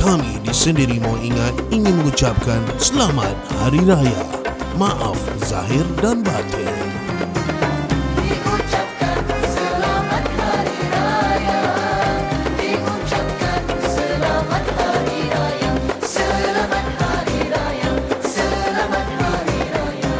kami di Sendiri Mau Ingat ingin mengucapkan Selamat Hari Raya. Maaf Zahir dan Batin. Diucapkan selamat hari raya Diucapkan selamat hari raya Selamat hari raya Selamat hari raya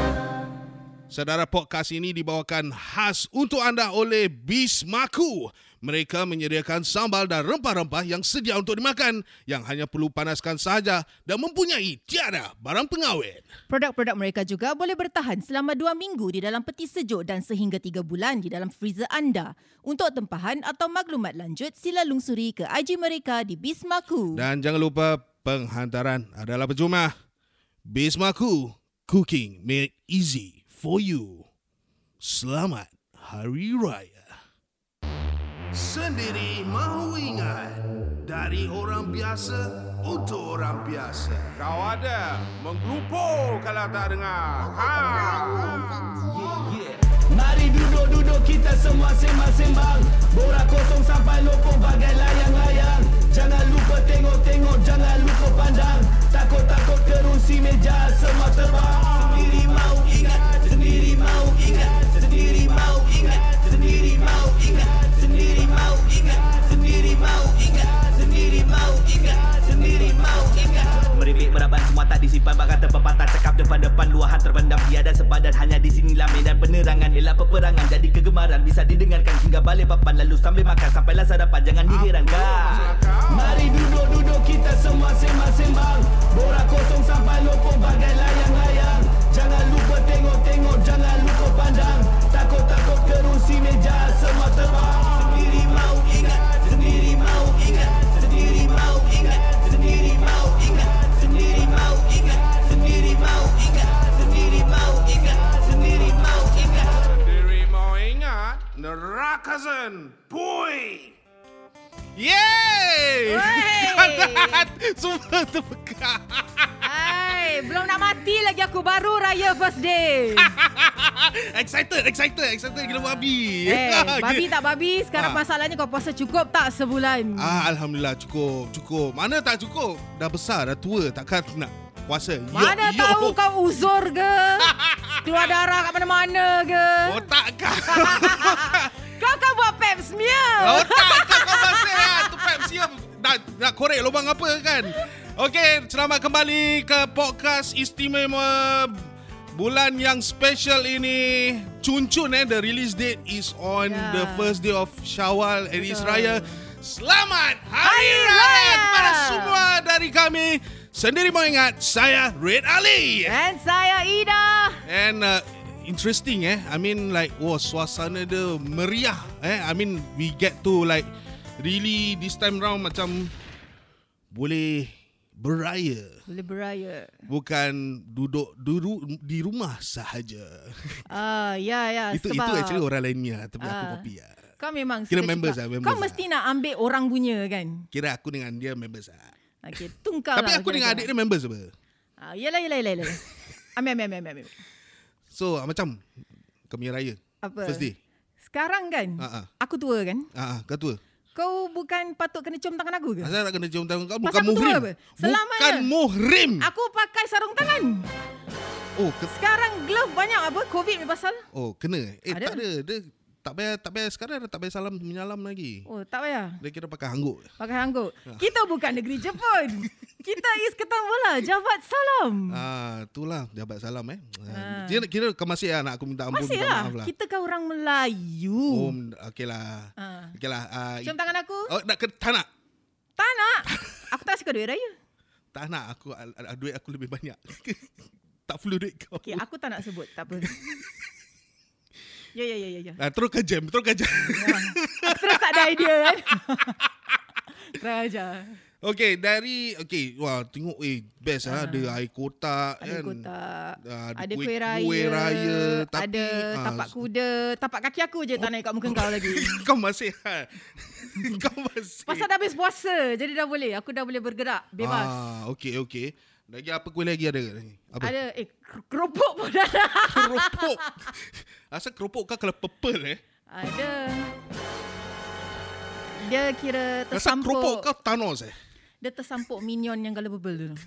Saudara podcast ini dibawakan khas untuk anda oleh Bismaku. Mereka menyediakan sambal dan rempah-rempah yang sedia untuk dimakan yang hanya perlu panaskan saja dan mempunyai tiada barang pengawet. Produk-produk mereka juga boleh bertahan selama 2 minggu di dalam peti sejuk dan sehingga 3 bulan di dalam freezer anda. Untuk tempahan atau maklumat lanjut, sila lungsuri ke IG mereka di Bismaku. Dan jangan lupa penghantaran adalah percuma. Bismaku, cooking made easy for you. Selamat Hari Raya. Sendiri mahu ingat dari orang biasa untuk orang biasa. Kau ada menggelupur kalau tak dengar. Ha. Mari duduk-duduk kita semua sembang-sembang Borak kosong sampai lopok bagai layang-layang Jangan lupa tengok-tengok, jangan lupa pandang Takut-takut kerusi meja semua terbang Sendiri mau ingat, sendiri mau ingat Sendiri mau ingat, sendiri mau ingat Sendiri mau ingat, sendiri mau ingat Sendiri mau ingat, sendiri mau ingat Meribik meraban semua tak disimpan Bahkan terpepatah cakap depan-depan Luahan terbendam tiada sepadan Hanya di sinilah medan penerangan Ialah peperangan jadi kegemaran Bisa didengarkan hingga balik papan Lalu sambil makan sampailah sarapan Jangan diherankan Mari duduk-duduk kita semua sembang-sembang Borak kosong sampai lopok bagai layang-layang Jangan lupa tengok-tengok Jangan lupa pandang Takut-takut kerusi meja semua terbang Sendiri mau ingat Sendiri mau ingat Sendiri mau ingat Sendiri mau ingat Sendiri mau ingat Sendiri mau ingat Sendiri mau ingat Sendiri mau ingat Diri mau ingat neraka zen. Pui. Yeay! Wey! Semua terpekat. Hai, belum nak mati lagi aku baru raya first day. Excited, excited, excited gila babi. Eh, babi tak babi, sekarang Ya, Ah. masalahnya kau puasa cukup tak sebulan? Ah, Alhamdulillah cukup, cukup. Mana tak cukup? Dah besar, dah tua, takkan nak puasa. Yok, Mana yok. tahu kau uzur ke? Keluar darah kat mana-mana ke? Otak kau. Kau kan buat pap smear. Lah, Otak kau kau masih lah. Tu Pep siap nak, nak korek lubang apa kan? Okey, selamat kembali ke podcast istimewa bulan yang special ini. Cun-cun eh, the release date is on Ya. the first day of Syawal and It's Raya. Selamat Hari Hari Raya Raya! kepada semua dari kami. Sendiri mau ingat, saya Red Ali. Dan saya Ida. And uh, interesting eh. I mean like wow suasana dia meriah eh. I mean we get to like really this time round macam boleh beraya Boleh beraya. bukan duduk dulu di rumah sahaja. Ah, ya ya. itu sebab itu actually orang lain punya tapi aku Ah. kopi lah. Kau memang Kira suka members cakap. lah, members Kau lah. mesti nak ambil orang punya kan. Kira aku dengan dia members lah. Okey, tungkal Tapi aku dengan lah. adik dia members apa. Ah, yalah yalah yalah yalah. Ambil ambil ambil ambil. ambil. So ah, macam kami raya. Apa? First day. Sekarang kan, Ah, ah. aku tua kan? Ah, ah, kau tua. Kau bukan patut kena cium tangan aku ke? Asal nak kena cium tangan kau bukan Pasal aku tua muhrim. apa? Selama Bukan je. muhrim. Aku pakai sarung tangan. Oh, ke- Sekarang glove banyak apa? Covid ni pasal? Oh, kena. Eh, Ada. tak ada. Dia tak payah tak payah sekarang dah tak payah salam menyalam lagi. Oh, tak payah. Dia kira pakai hangguk. Pakai hangguk. Ha. Kita bukan negeri Jepun. Kita is ketam bola, jabat salam. Ah, itulah jabat salam eh. Ah. Hmm. Ah. Kira, kira kau masih lah nak aku minta ampun Masih minta lah. maaf lah. Kita kan orang Melayu. Oh, okeylah. Ah. Okeylah. Ah, Cium tangan aku. Oh, nak ke, tak nak. Tak nak. Aku tak suka duit raya. Tak nak aku ah, ah, duit aku lebih banyak. tak perlu duit kau. Okay, aku tak nak sebut. Tak apa. Ya, ya, ya, ya. ya. Ah, teruskan jam, teruskan jam. Aku terus tak ada idea kan. Raja. Okey, dari okey, wah tengok eh best ah, ada air kotak Ada kan. kotak. Ah, Ada, ada kue, kuih- raya. kuih raya, tapi, ada ah, Oh. tapak kuda. Tapak kaki aku je tak naik kat muka kau lagi. Kau masih ha? Kau masih. Pasal dah habis puasa. Jadi dah boleh. Aku dah boleh bergerak. Bebas. Ah, okey okey. Lagi apa kuih lagi ada? lagi? Ah, Apa? Ada eh ker- keropok pun ada. keropok. Asal keropok kau kalau purple eh. ada. Dia kira Asal tercampur. keropok kau Thanos eh. dia tersampuk minion yang kalau bebel tu.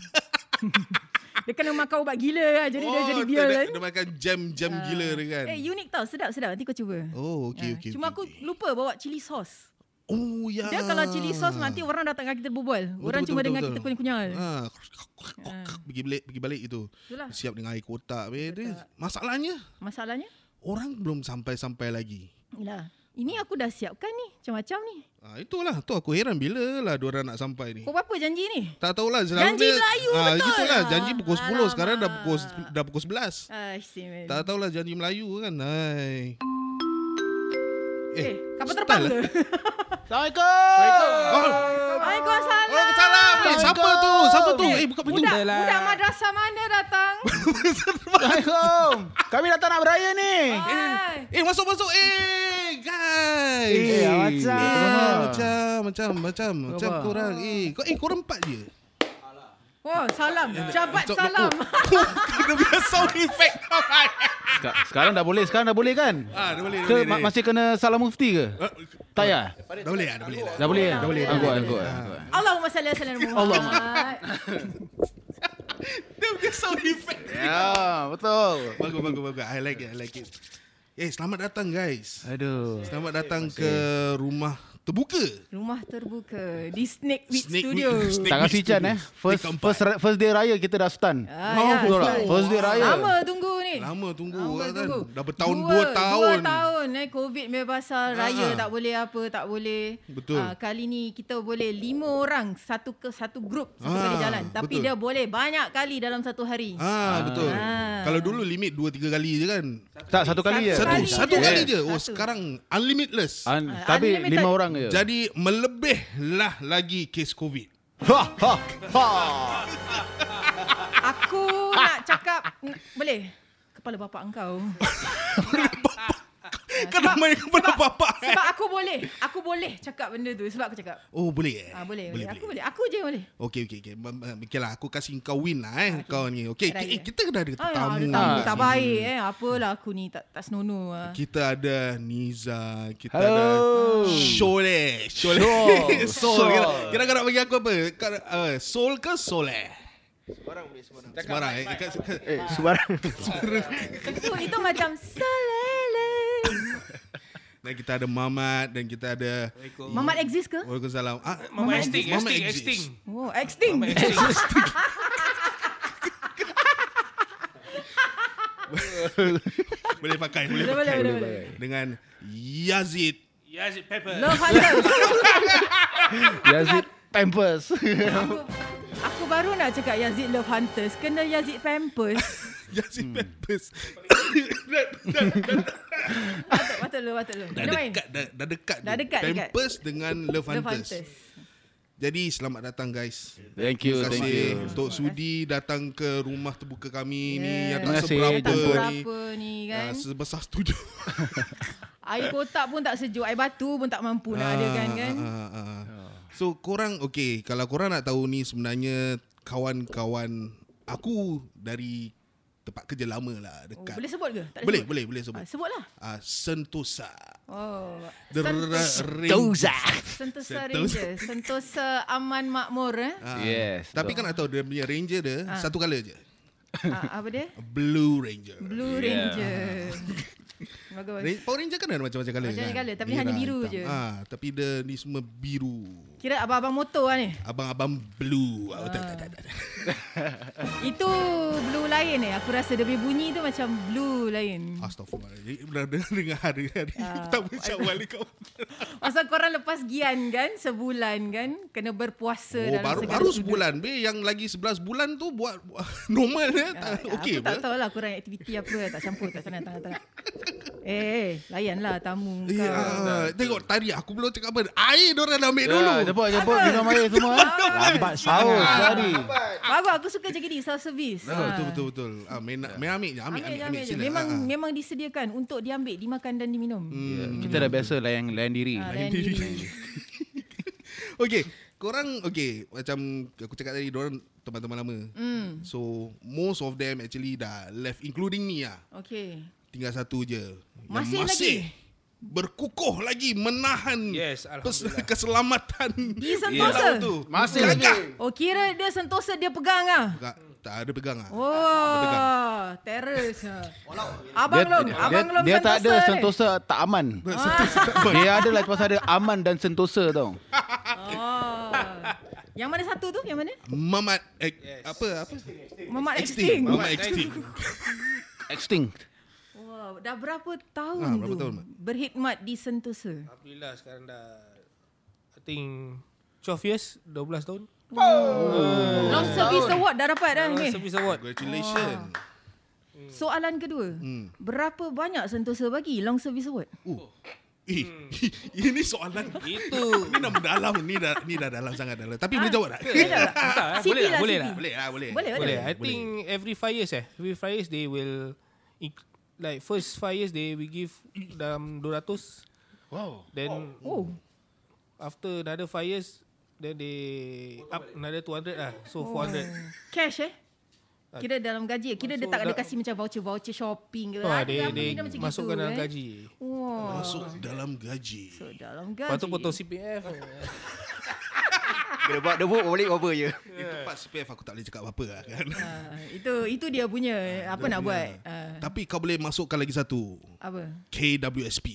dia kena makan ubat gila lah. Jadi oh, dia jadi tu violent. Dia makan jam-jam uh, gila dia kan. Eh, unik tau. Sedap-sedap. Nanti kau cuba. Ah, Oh, okey, okey. Cuma aku lupa bawa cili sauce. Oh, ya. Dia kalau cili sauce nanti orang datang dengan kita berbual. Betul, Orang betul, cuma betul, dengar betul. kita kunyah-kunyah. je. Ha. Pergi balik, pergi balik itu. Itulah. Siap dengan air kotak. Weh, dia- Masalahnya, Masalahnya? orang belum sampai-sampai lagi. Yalah. Ini aku dah siapkan ni. Macam-macam ni. Ha, itulah. Tu aku heran bila lah diorang nak sampai ni. Kau berapa janji ni? Tak tahulah selalu Janji Melayu, Ah, betul. Itulah janji pukul 10 Alamak. sekarang dah pukul dah pukul 11. Ah, si Tak tahulah janji Melayu kan. Hai. Eh, kapal terbang style ke? lah. Oh, Waalaikumsalam. Waalaikumsalam. Eh, siapa tu? Siapa tu? Eh, buka pintu. Budak, budak madrasah mana datang? Assalamualaikum. Kami datang nak beraya ni. Hai. Eh, masuk masuk. Eh, guys. Eh, Eh, macam. macam macam macam macam Apa? korang. Eh, kau eh korang empat je. Oh, salam. Jabat Macam- salam. Oh, kena biar sound effect. Sek- Sekarang dah boleh, sekarang dah boleh kan? Ah, dah boleh. dah Ke boleh, ma- dah masih kena salam mufti ke? Tak ya? boleh. Dah boleh, ah, dah boleh. dah. Dah boleh. Dah boleh. dah Angkut, boleh. angkut. Allahumma salli ala sayyidina Muhammad. Dia punya sound effect. Ya, betul. Bagus bagus bagus. I like it. I like it. Eh, selamat datang guys. Aduh. Selamat datang ke rumah terbuka. Rumah terbuka di Snake Beat Snake Studio. Week- Snake Tak Week kasih Chan Studio. eh. First Tingkat empat. first ra- first day raya kita dah sultan. Ah, Wow, ya, betul tak? Snake. First day raya. Lama tunggu ni. Lama tunggu Lama kan. tunggu. Dah bertahun dua, tahun. Dua tahun eh COVID punya pasal raya Ah. tak boleh apa tak boleh. Betul. Ah, kali ni kita boleh lima orang satu ke satu grup satu Ah, kali jalan. Tapi betul. dia boleh banyak kali dalam satu hari. Ah, betul. Ah. Kalau dulu limit 2 3 kali je kan. Tak satu kali ya? je. Satu Kali satu je. kali Yes. Ah, je. Oh, Satu. sekarang unlimitless. Un- tapi unlimited. lima orang ya? je. Jadi melebih lah lagi kes COVID. Ha ha ha. Aku nak cakap n- boleh. Kepala bapak engkau. Kenapa main kepada bapak? Ah, eh? Sebab aku boleh. Aku boleh cakap benda tu sebab aku cakap. Oh, boleh eh? Ah boleh, boleh. Aku boleh. Aku je boleh. Okey, okey, okey. Ma- ma- Okey lah, aku kasih kau win lah Ah, eh. Kau ni. Okey, Raya. eh, kita dah ada Ah, tamu. ada tamu tak baik eh. Apalah aku ni tak tak senonoh ah. Kita ada Niza, kita Hello. ada Sholeh. Sholeh. Syol. Sol. Syol. Kira- Kira-kira bagi aku apa? Kau- eh, Sol ke Soleh? Sebarang boleh sebarang. Sebarang. eh. Kat- kat- Eh, Ah. sebarang. Itu itu macam salele. Dan kita ada Mamat dan kita ada Mamat exist ke? Waalaikumsalam. Ah, Mama extinct, Mamat extinct, exist. extinct. Oh, extinct. Boleh pakai, boleh Boleh, pakai. boleh, boleh, boleh. Dengan Yazid. Yes, Pepper. Love Hunter. Yazid Pampers. Aku, aku baru nak cakap Yazid Love Hunters. Kena Yazid Pampers. Yazid Peppers. Patut, patut lu, patut lu. dah Kena main. dekat, dah, dah dekat. Dah tu. dekat, dekat. Pampers dengan Love Love Hunters. Hunters. Jadi selamat datang guys. Thank you, Ya, Terima thank kasih you. untuk sudi datang ke rumah terbuka kami ni Yeah. yang Terima tak kasih. Tak seberapa ni. berapa ni Ah, Ya. kan. sebesar setuju. Air kotak pun tak sejuk. Air batu pun tak mampu nak adakan kan. Ah, ah, ah. So korang okay kalau korang nak tahu ni sebenarnya kawan-kawan aku dari tempat kerja lama lah Oh, dekat. boleh sebut ke? Tak boleh, sebut? boleh, boleh sebut. Ah, sebutlah. Ah, Sentosa. Oh. The Sentosa, Ra- Ranger. Sentosa Sentosa. Ranger. Sentosa Aman Makmur eh. Ah, Yes, Tapi betul. kan nak tahu dia punya ranger dia satu colour je. Ah, apa dia? Blue Ranger. Blue Yeah. Ranger. Bagus. Ra- Power Ranger kan ada macam-macam colour Macam-macam kan? colour, tapi hanya Merah, biru hitam. je. Ah, tapi dia ni semua biru. Kira abang-abang motor lah ni. Abang-abang blue. Ah. Tak, tak, tak, tak. Itu blue lain eh. Aku rasa dia punya bunyi tu macam blue lain. Astaghfirullahaladzim. Dah dengar dengar hari-hari Ah. pertama syawal ni kau. Pasal korang lepas gian kan, sebulan kan, kena berpuasa Oh, dalam baru segala baru sudut. sebulan. Be, yang lagi 11 bulan tu buat normal eh. Tak, Ah, Okey aku tak apa? tahu lah kurang aktiviti apa. Tak campur, tak sana, tak nak. Eh, eh, layanlah tamu Eh, kau. ah, tengok tadi aku belum cakap apa. Air diorang dah ambil dulu. Ya, cepat cepat minum air semua. eh. Lambat sahur tadi. Bagus, aku suka macam ni, self-service. Ha. Ah, betul betul betul. Ah, main nak main ambil je. Ambil, Ambil ambil, ambil, ambil, je. sila. Memang Ah, Hmm, ah. memang disediakan untuk diambil, dimakan dan diminum. Hmm, Ya, Kita dah biasa layan layan diri. Ah, layan diri. Okey, korang okey macam aku cakap tadi diorang teman-teman lama. So most of them actually dah left including me lah. Okey. Tinggal satu je. Yang Masih, masih lagi. berkukuh lagi menahan pes- Yes, Alhamdulillah. keselamatan Di Sentosa? laut tu. Masih Gagah. lagi. Oh kira dia sentosa dia pegang ah. Tak, tak ada pegang ah. Oh, teres. Abang Long, Abang Long dia Sentosa tak ada ni. sentosa tak aman. dia ada lah pasal ada aman dan sentosa tau. Oh. Yang mana satu tu? Yang mana? Mamat eh, apa apa? Mamat Extinct. Extinct. Mamat extinct. Extinct. Wah, dah berapa tahun Ah, berapa tu tahun, Mat? berkhidmat di Sentosa? Alhamdulillah sekarang dah I think 12 years 12 tahun Long Service Award dah dapat dah okay. ni. Service award Congratulations. Soalan kedua. Berapa banyak Sentosa bagi Long Service Award? Oh. Eh, ini soalan Itu ni dah mendalam ni dah ni dah dalam sangat dalam. Tapi Ah. boleh jawab tak? Entah, eh, Siti lah, Siti. boleh lah, boleh lah. boleh lah, boleh. Boleh, Boleh. I think every five years eh. Every five years they will inc- like first five years they will give dalam 200. Wow. Then Oh. after another five years then they up another 200 lah. Oh. So 400. Cash eh? Kira dalam gaji. Kira dia So, tak ada dah- kasih macam voucher-voucher shopping ke. Oh, Ada they, apa they benda macam masukkan gitu, dalam eh. gaji. Wah. Masuk uh, dalam gaji. So, dalam gaji. Lepas tu potong CPF. Kena buat debut balik over je. Itu part CPF aku tak boleh cakap apa-apa lah kan. Ah, itu itu dia punya apa nak buat. Ah, Tapi kau boleh masukkan lagi satu. apa? KWSP.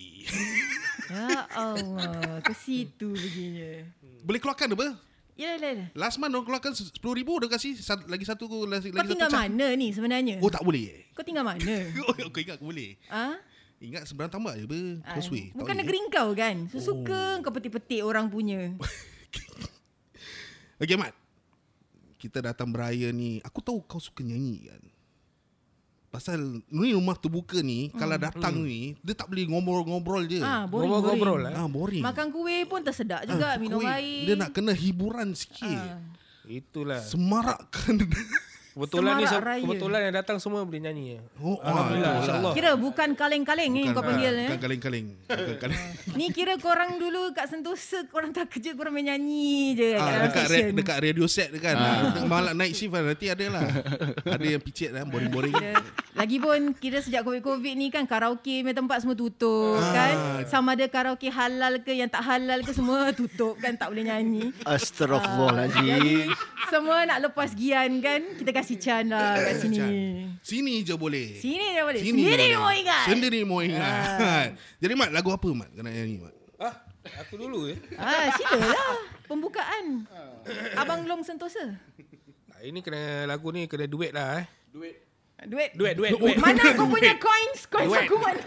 Hmm. Ya Allah, ke situ begini. boleh keluarkan apa? Ya lah lah. Last month orang keluarkan RM10,000 dah kasih satu, lagi satu lagi Kau satu tinggal cap. mana ni sebenarnya? Oh tak boleh eh? Kau tinggal mana? Oh, kau ingat aku boleh? Ah? Ingat seberang tambah je apa? Ah, Causeway. Tak Bukan boleh. negeri kau kan? Suka-suka Oh. kau petik-petik orang punya. eh? Okay Mat Kita datang beraya ni Aku tahu kau suka nyanyi kan Pasal ni rumah terbuka ni Kalau datang Hmm. ni Dia tak boleh ngobrol-ngobrol je Hmm. Ah, Ngobrol-ngobrol boring-boring. lah. ah boring Makan kuih pun tersedak juga, Ah, Kuih, minum air. Ah. Dia nak kena hiburan sikit kan Itulah. Semarakkan Kebetulan ni Semarak se- Raya. kebetulan yang datang semua boleh nyanyi ya. Oh, ah, Alhamdulillah itulah. insyaallah. Kira bukan kaleng-kaleng ni kau panggil Ah, eh. Bukan kaleng-kaleng Kan, Bukan kaleng Ni kira korang dulu kat Sentosa korang tak kerja korang main nyanyi je kat Ah, dalam dekat, station. re- dekat radio set kan ah. Malam night shift kan Nanti ada lah Ada yang picit kan Boring-boring Kira, lagi pun kira sejak COVID-COVID ni kan karaoke punya tempat semua tutup Ah. kan. Sama ada karaoke halal ke yang tak halal ke semua tutup kan tak boleh nyanyi. Astaghfirullahalazim. Semua nak lepas gian kan kita kasih can lah kat sini. kan. Sini je boleh Sini dia boleh. Sendiri boleh. mau ingat. Ah. Sendiri mau ingat. Jadi Mat, lagu apa Mat kena nyanyi Mat? Ah, aku dulu ya. Ah, silalah. Pembukaan. Abang Long Sentosa. Ah, ini kena lagu ni kena duet lah eh. Duet. Duet, duet, duet. Mana aku punya coins? Coins aku mana?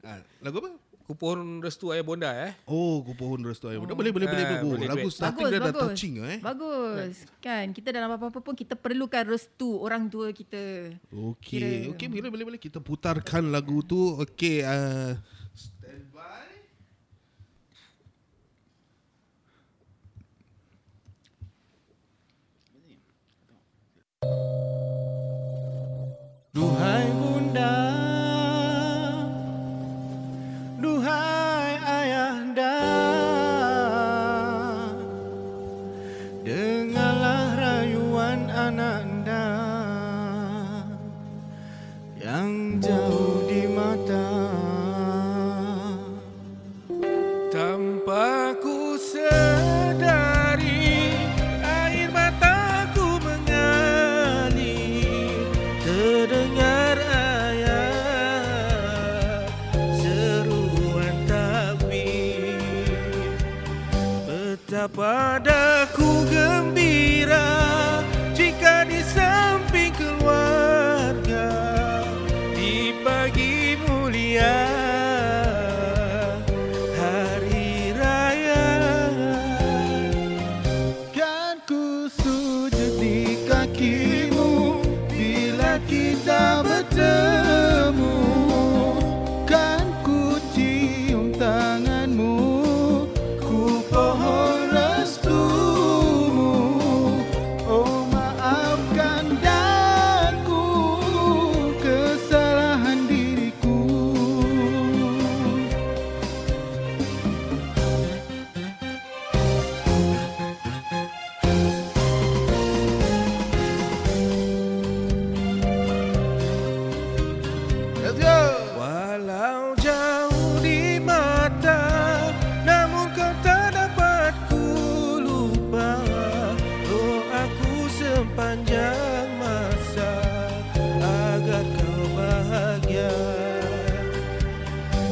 Ah, lagu apa? Aku pohon restu ayah bonda eh. Oh, ku pohon restu air. Budak. Boleh, boleh, Ah, boleh, boleh. boleh, Lagu boleh. starting dia dah touching eh. Bagus. Kan kita dalam apa-apa pun kita perlukan restu orang tua kita. Okey, okey, boleh, boleh, boleh. Kita putarkan lagu tu. Okey, uh, Duhai bunda Duhai ayahanda Dengarlah rayuan ananda Yang jauh di mata Tanpa ku sedari Air mataku mengalir Terdengar ayat Seruan takbir Betapa daku gembira Jika di Oh, sepanjang masa agar kau bahagia.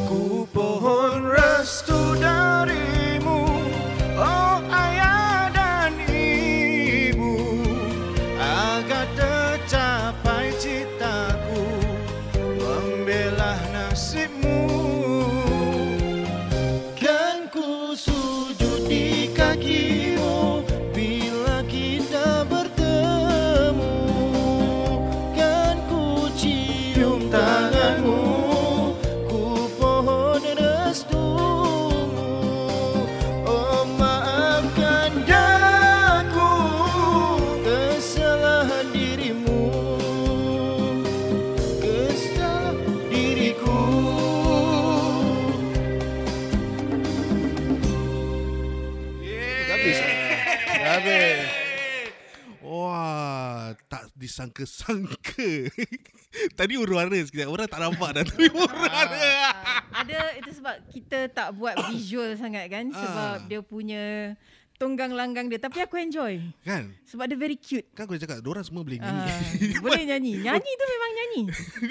Ku pohon restu darimu, oh ayah dan ibu, agar tercapai citaku membela nasibmu. Kan ku sujud di kakimu bila kita bertemu Kan ku cium tanganmu Ku pohon restumu Oh maafkan daku kesalahan dirimu Kesalahan diriku Wah, tak disangka-sangka. Tadi urara sekejap. Orang tak nampak dah. Tapi Ah. urara. Ada itu sebab kita tak buat visual sangat kan sebab dia punya tunggang langgang dia tapi aku enjoy Kan? sebab dia very cute. Kan aku dah cakap, orang semua boleh Ah, nyanyi. boleh nyanyi. Nyanyi tu memang nyanyi.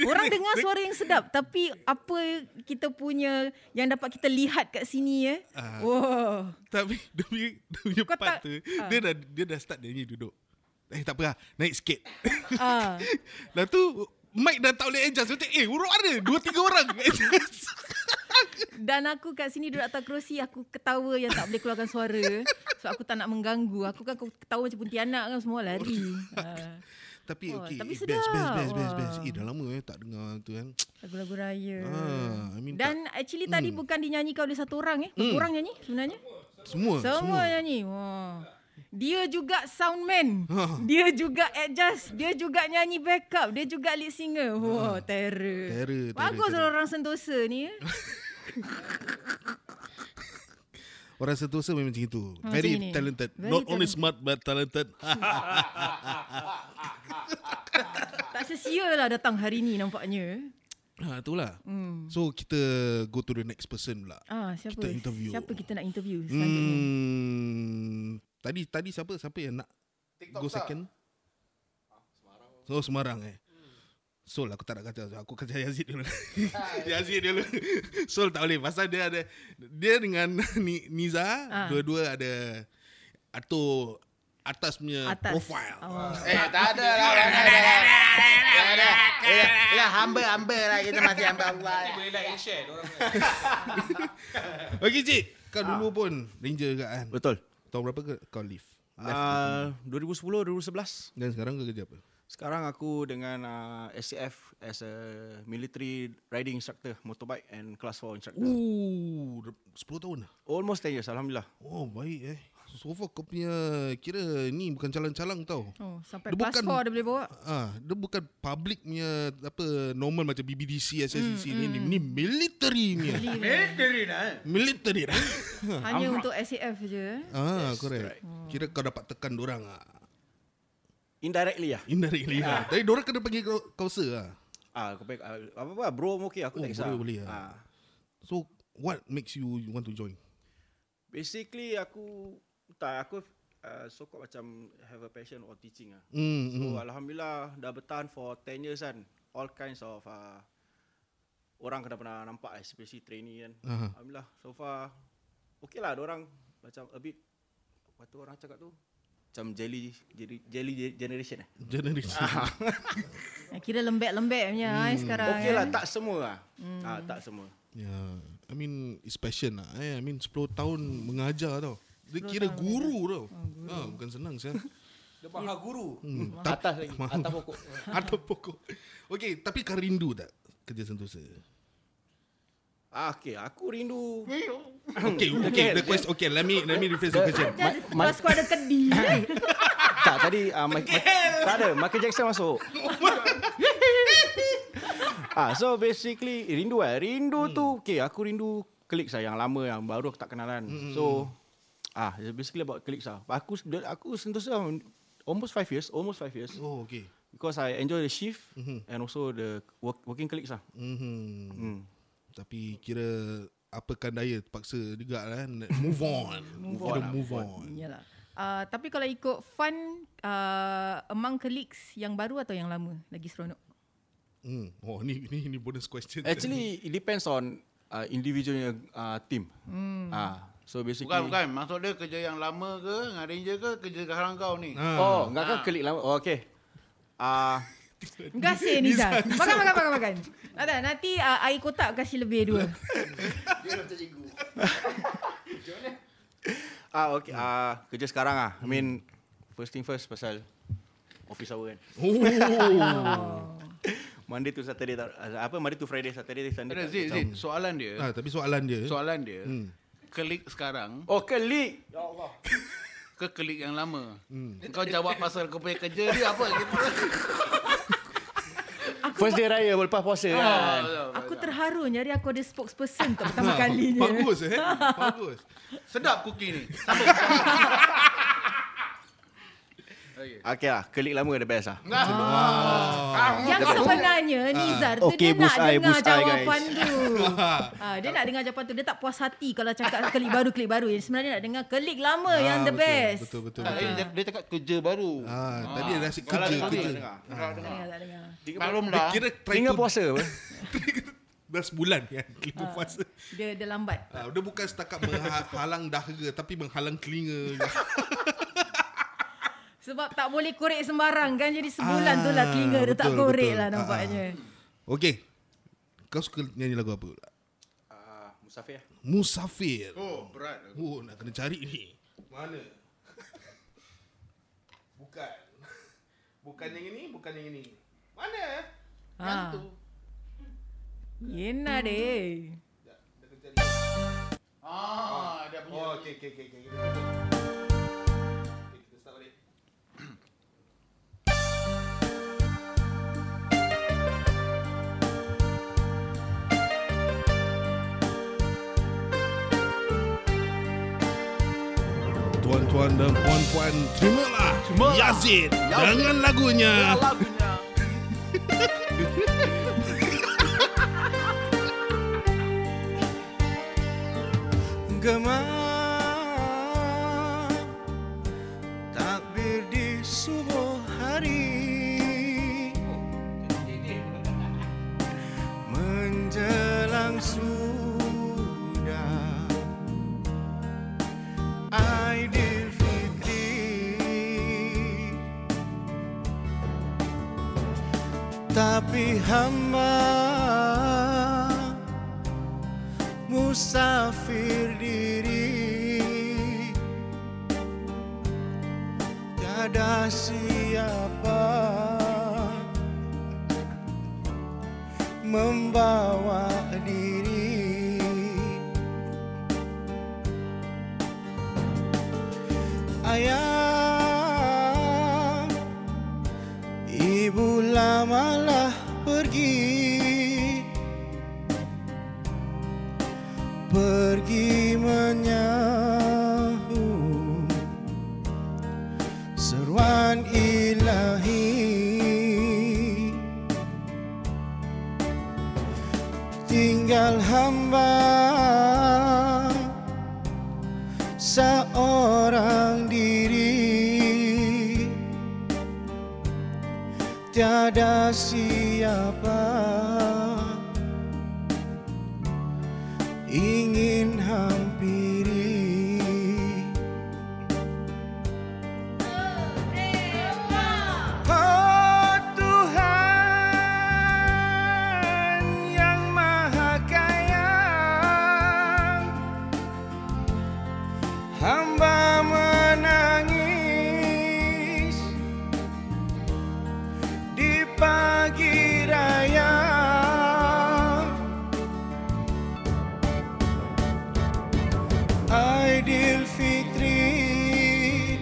Orang dengar suara yang sedap tapi apa kita punya yang dapat kita lihat kat sini eh. Ah. Wow. Tapi dia punya, dia punya Kau part tak- tu, Ah. dia dah, dia dah start nyanyi duduk. Eh tak apa lah, naik sikit. Ah. Lepas tu, mic dah tak boleh adjust. Macam, eh urut ada, dua tiga orang. Adjust. Dan aku kat sini duduk atas kerusi Aku ketawa yang tak boleh keluarkan suara Sebab aku tak nak mengganggu Aku kan ketawa macam pontianak kan Semua lari ha, tapi Wah, okay, tapi eh, best, best, sedap. best, best, best. Wah. Eh dah lama eh, tak dengar tu kan. Lagu-lagu raya Ah, I mean Hmm. Dan actually tadi bukan dinyanyikan oleh satu orang eh Berapa orang nyanyi sebenarnya? Oh, Semua, Semua, semua. nyanyi Wah. Dia juga soundman Ha. Dia juga adjust Dia juga nyanyi backup Dia juga lead singer Wah, terror Ha. Terror, terror, Bagus lah terror. orang Sentosa ni eh. Orang Sentosa memang macam itu. Hmm, Macam Very ni. talented. Very Not talented. only smart but talented. Ah, Tak sesia lah datang hari ni nampaknya Ha, itulah. Hmm. So kita go to the next person pula. Ah, siapa? Kita interview. Siapa kita nak interview selanjutnya? Hmm. Hmm, tadi tadi siapa siapa yang nak TikTok go second? Semarang. Oh Semarang eh. Sol aku tak nak kacau Aku kacau Yazid dulu Yazid dulu Sol tak boleh Pasal dia ada Dia dengan Ni- Niza Ah. Dua-dua ada Atau Atas punya Atas. Profile Oh. Eh, tak ada lah. Tak ada lah. Tak ada. Eh, Ya, hamba-hamba lah. Kita masih hamba Allah. Boleh like and share orang. Okay cik Kau dulu pun Ranger juga kan Betul. Tahun berapa ke kau leave? Uh, 2010 2011. Dan sekarang kau kerja apa? Sekarang aku dengan uh, SCF as a military riding instructor, motorbike and class 4 instructor. Ooh, 10 tahun dah Almost 10 years alhamdulillah. Oh baik eh So far kau punya Kira ni bukan calang-calang tau Oh, sampai Dia dia bukan- class 4 dia boleh bawa. Ah, ha, Dia bukan public punya Apa Normal macam BBDC SSDC mm, ni, ni military punya Military lah Hanya untuk SAF je. eh. Ah, correct Kira kau dapat tekan dorang lah Indirectly lah. Indirectly lah Tapi dorang kena panggil kau, kau sir lah Ah, aku uh, apa apa bro I'm okay aku Oh, tak kisah. boleh, boleh lah. Ah. So what makes you want to join? Basically aku tak aku uh, so called macam have a passion on teaching ah. Mm, So mm. alhamdulillah dah bertahan for 10 years kan. All kinds of uh, orang kena pernah nampak especially trainee kan. Aha. Alhamdulillah so far okay lah orang macam a bit apa tu orang cakap tu macam jelly jelly, jelly ge- generation eh. Generation Nak Kira lembek-lembek punya hmm. sekarang. Okay lah eh. tak semua lah. Ah tak semua. Yeah. Ya, I mean it's passion lah eh. I mean 10 tahun mengajar tau Dia kira guru tau ha, Bukan senang saya Dia maha guru. hmm. Atas lagi. Atas pokok. Atau pokok Okay tapi kau rindu tak kerja sentosa Ah okay aku rindu Okay okay the question Okay let me let me rephrase the question Jadi Kelas kau ada kedi. eh. Tak tadi uh, Mike, Mike, Tak ada Michael Jackson masuk ah, So basically Rindu lah Rindu Hmm. tu Okay aku rindu Klik saya yang lama Yang baru aku tak kenalan Hmm. So ah, it's Basically about klik lah Aku aku sentosa Almost five years Almost five years Oh okay Because I enjoy the shift Hmm. And also the work, Working colleagues lah mm-hmm. hmm. Tapi kira lah, eh. Apakan daya terpaksa juga kan Move on Move on, move on. Yalah. Uh, tapi kalau ikut fun uh, among colleagues yang baru atau yang lama lagi seronok? Hmm. Oh, ni ni ni bonus question. Actually, it depends on ah, uh, individual uh, team. Hmm. Ah, so basically. Bukan, bukan. Maksud dia kerja yang lama ke, dengan ranger ke, kerja sekarang kau ni? Ha. Ah. Oh, enggak kan klik lama. Oh, okay. Ah, Kasih Nizar. Makan, makan, makan, makan. Ada, nanti uh, air kotak kasih lebih dua. ah okay. Hmm. Ah, kerja sekarang ah. I mean, first thing first pasal office hour kan. Oh. Monday to Saturday tak- ah, apa Monday to Friday, Saturday to Sunday. Ada tak- Zid, Zid. Soalan dia. ah, tapi soalan dia. Soalan dia. Klik sekarang Oh, klik. ke klik yang lama? Kau jawab pasal kau punya kerja dia apa gitu. First day raya lepas puasa Ya. Ah. kan. Aku terharu nyari aku ada spokesperson untuk pertama Ah, kalinya. Bagus eh. Bagus. Sedap kuki ni. Okay lah, klik lama the best ah. lah. Yang sebenarnya Ah. Nizar tu Okey, dia nak bullseye, dengar bullseye, jawapan guys. tu. Ah, dia nak dengar jawapan tu. Dia tak puas hati kalau cakap klik baru, klik baru. Yang sebenarnya nak dengar klik lama yang the Ah, betul, best. Betul betul. Tak, betul. dia, dia cakap kerja baru. eh. Ah, tadi ada si kerja kerja. Tak dengar, tak dengar. Maklum dah. Kira try Tinggal to puasa apa? dah sebulan kan kelima puasa. Dia, dia lambat. Ah, dia bukan setakat menghalang dahaga tapi menghalang telinga. Sebab tak boleh korek sembarang kan. Jadi sebulan tu lah Ah, telinga dia tak betul, korek betul. lah Ah, nampaknya. Okey. Kau suka nyanyi lagu apa pula? Ah, Musafir lah. Musafir. Oh, berat. Oh, nak kena cari ni. Mana? Bukan. Bukan yang ini, bukan yang ini. Mana? Yang Ha. tu. Yena deh. Ah, dia punya. Oh, okey, okey, okey. Okay. Okay, kita start balik. Tuan-tuan dan puan-puan, terimalah Yazid dengan lagunya. Lagunya. Gema Takbir di subuh hari Menjelang sudah Aidilfitri Tapi hamba musafir diri Tiada siapa membawa diri Ayah Ibu lamalah pergi pergi menyahu seruan ilahi tinggal hamba seorang diri tiada siapa ingin hampiri Oh Tuhan yang maha kaya Hamba menangis di pagi raya Aidilfitri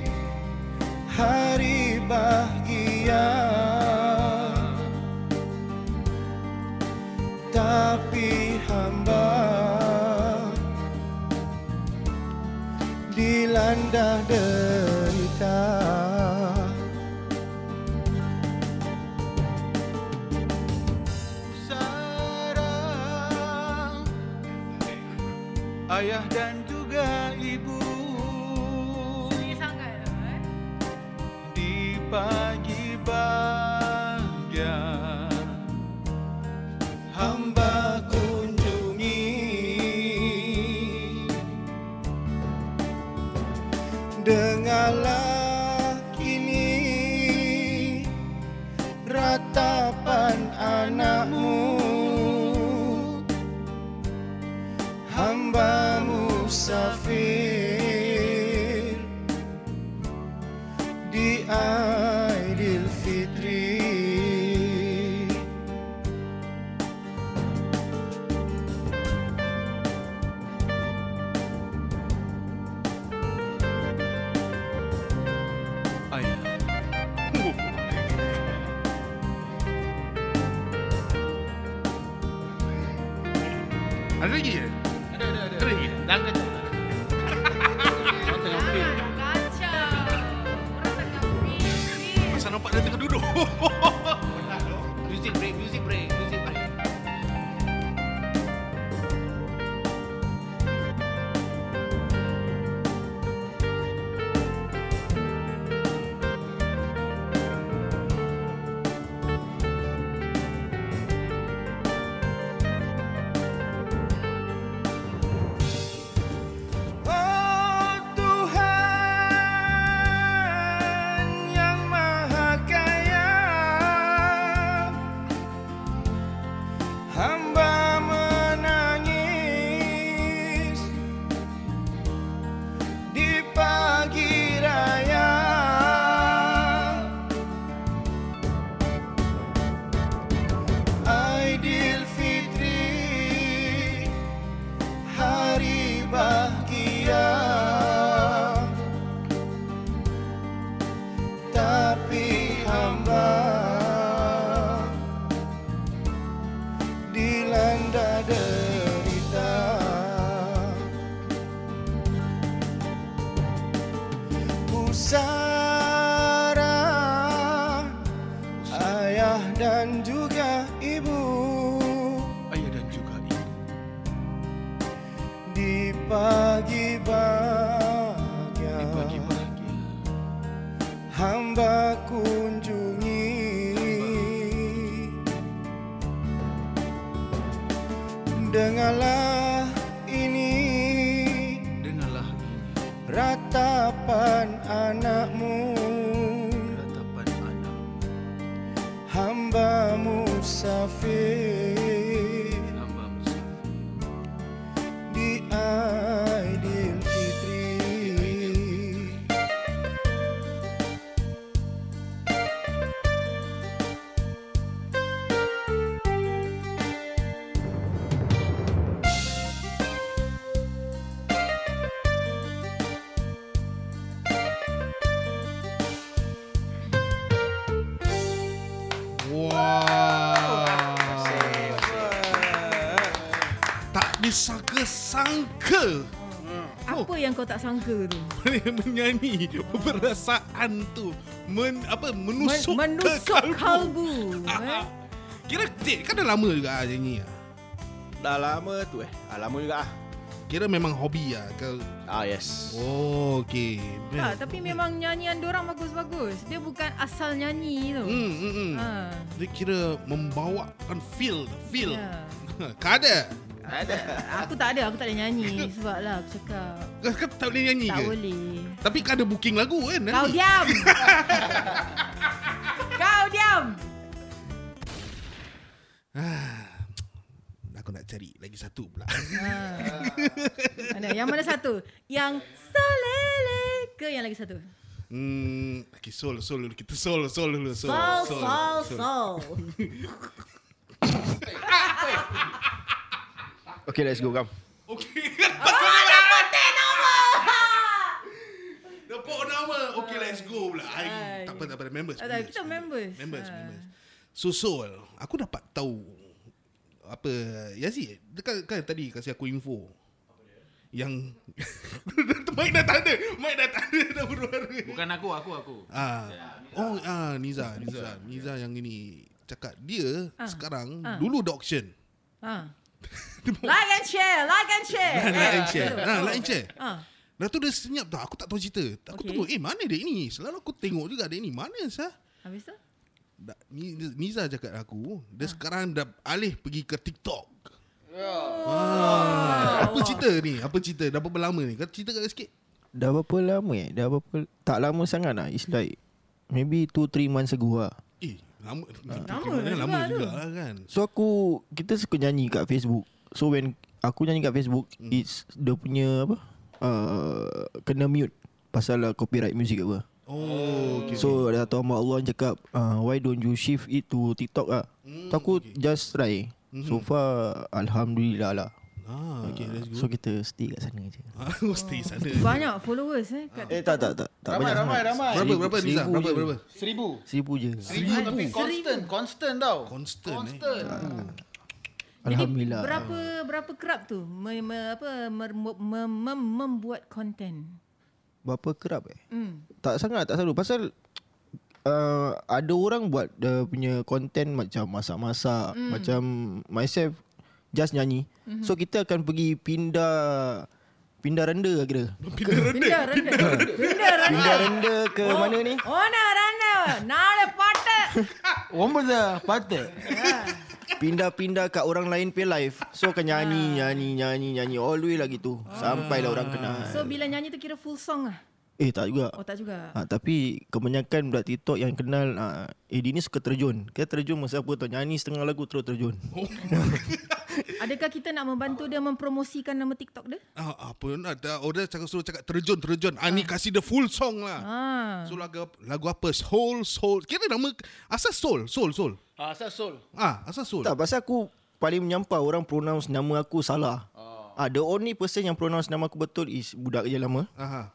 Hari bahagia Tapi hamba Dilanda derita Sarang ayah dan juga ibu Sangat. lah, eh. bahagia Hamba kunjungi Dengarlah kini Ratapan anakmu Hamba musafir di Aidilfitri Ayah Ada lagi ya? Ada, ada, ada. Dah kacau dah. Kau tengah free. Masa nampak dia tengah duduk. Music break, music break, music break. Oh Tuhan yang maha kaya, hamba menangis di pagi raya. Aidilfitri hari bahagia tapi hamba dilanda derita pusara ayah dan juga ibu Ayah dan juga ibu. di pagi bahagia, hamba kunjungi dengarlah ini Dengarlah ratapan anakmu ratapan anak hamba musafir hamba musafir. di Aidilfitri Wow. Tak disangka-sangka Apa yang kau tak sangka tu? boleh menyanyi perasaan tu men, apa menusuk, Men- Men, menusuk ke kalbu. Ah, kalbu. eh? Kira Cik, kan dah lama juga ah nyanyi. ah. Dah lama tu eh. Ah, lama juga ah. Kira memang hobi ah kau. Ah yes. Oh, okey. Tak, tapi memang nyanyian orang bagus-bagus. Dia bukan asal nyanyi tu. Hmm, hmm, hmm. Ha. Dia kira membawakan feel, feel. Ya. Kada. Aku tak ada, aku tak boleh nyanyi sebab lah aku cakap Kau kau tak boleh nyanyi tak ke? boleh. Tapi kada booking lagu kan Kau nanti. diam. Kau diam. Aku nak cari lagi satu pula. Mana yang mana satu? Yang solele ke yang lagi satu? Hmm, okay, soul, soul dulu. Kita soul, soul dulu. Soul, Sol sol sol. Okay, let's go come. Tepuk nama. Okay, let's go pula. Ay, tak apa, tak apa. Members. Tak, tak, kita members. Members, Ah. members. So, Sol, aku dapat tahu apa Yazid, dekat kan tadi kasih aku info. Yang Mic dah tak ada Mic dah tak ada Dah berwarna Bukan aku, aku, aku. Ya, ah. Oh ah, Niza Niza Niza yang ini Cakap dia Ah. Sekarang Dulu ada auction Ha. Like and share, like and share. Nah, Eh, Like and share betul. Nah, Like and share Ah. Dah tu dia senyap tau Aku tak tahu cerita Aku Okey. tengok Eh mana dia ni Selalu aku tengok juga dia ni Mana sah Habis tu? da- Ni- Niza cakap aku, dia sekarang dah alih pergi ke TikTok. Ya. Ah, apa cerita ni? Apa cerita? Dah berapa lama ni? Kau cerita kat sikit. Dah berapa lama eh? Dah berapa tak lama sangat lah. It's like maybe 2 3 months ago lah. Eh, lama. Lama Lama, juga lama tu. juga lah kan. So aku kita suka nyanyi kat Facebook. So when aku nyanyi kat Facebook, hmm. it's dia punya apa? Uh, kena mute pasal lah copyright music apa. Oh, okay. So ada satu hamba Allah yang cakap uh, Why don't you shift it to TikTok lah mm, So aku okay. just try mm-hmm. So far Alhamdulillah lah Ah, okay, that's good. So kita stay kat sana je Ah, mesti sana. Banyak followers eh kat Eh tak tak tak, tak Ramai, banyak ramai, sangat. ramai. Seribu- Berapa, berapa, seribu Nizam? Berapa, je. berapa? Seribu. Seribu je Seribu tapi constant, constant tau. Constant. Constant. Alhamdulillah Berapa berapa kerap tu me, me, apa mer, me, mem, membuat konten? Berapa kerap eh Hmm. Tak sangat tak selalu Pasal uh, Ada orang buat Dia punya konten Macam Hmm. masak-masak Mm. mm. Macam Myself Just nyanyi mm-hmm. So kita akan pergi Pindah Pindah renda lah kira Pindah Pindah rendah. Pindah rendah. Pindah renda ke oh. mana ni Oh na randa. Nale patte. ஒன்பது பத்து Pindah-pindah kat orang lain pay live So akan nyanyi, nyanyi, nyanyi, nyanyi All the way lah gitu Sampailah orang kenal Ah. So bila nyanyi tu kira full song ah. Eh tak juga Oh tak juga. ha, Tapi kebanyakan budak TikTok yang kenal ha, Eh dia ni suka terjun Kita terjun masa apa tau Nyanyi setengah lagu terus terjun Adakah kita nak membantu dia mempromosikan nama TikTok dia? Ah, apa nak dah orang cakap suruh cakap terjun terjun. Ah, ni kasih the full song lah. Ah. So lagu lagu apa? Soul soul. Kira nama asal soul soul soul. Ah, asal soul. Ah, asal soul. Tak pasal aku paling menyampah orang pronounce nama aku salah oh. ha, The only person yang pronounce nama aku betul is budak je lama Aha.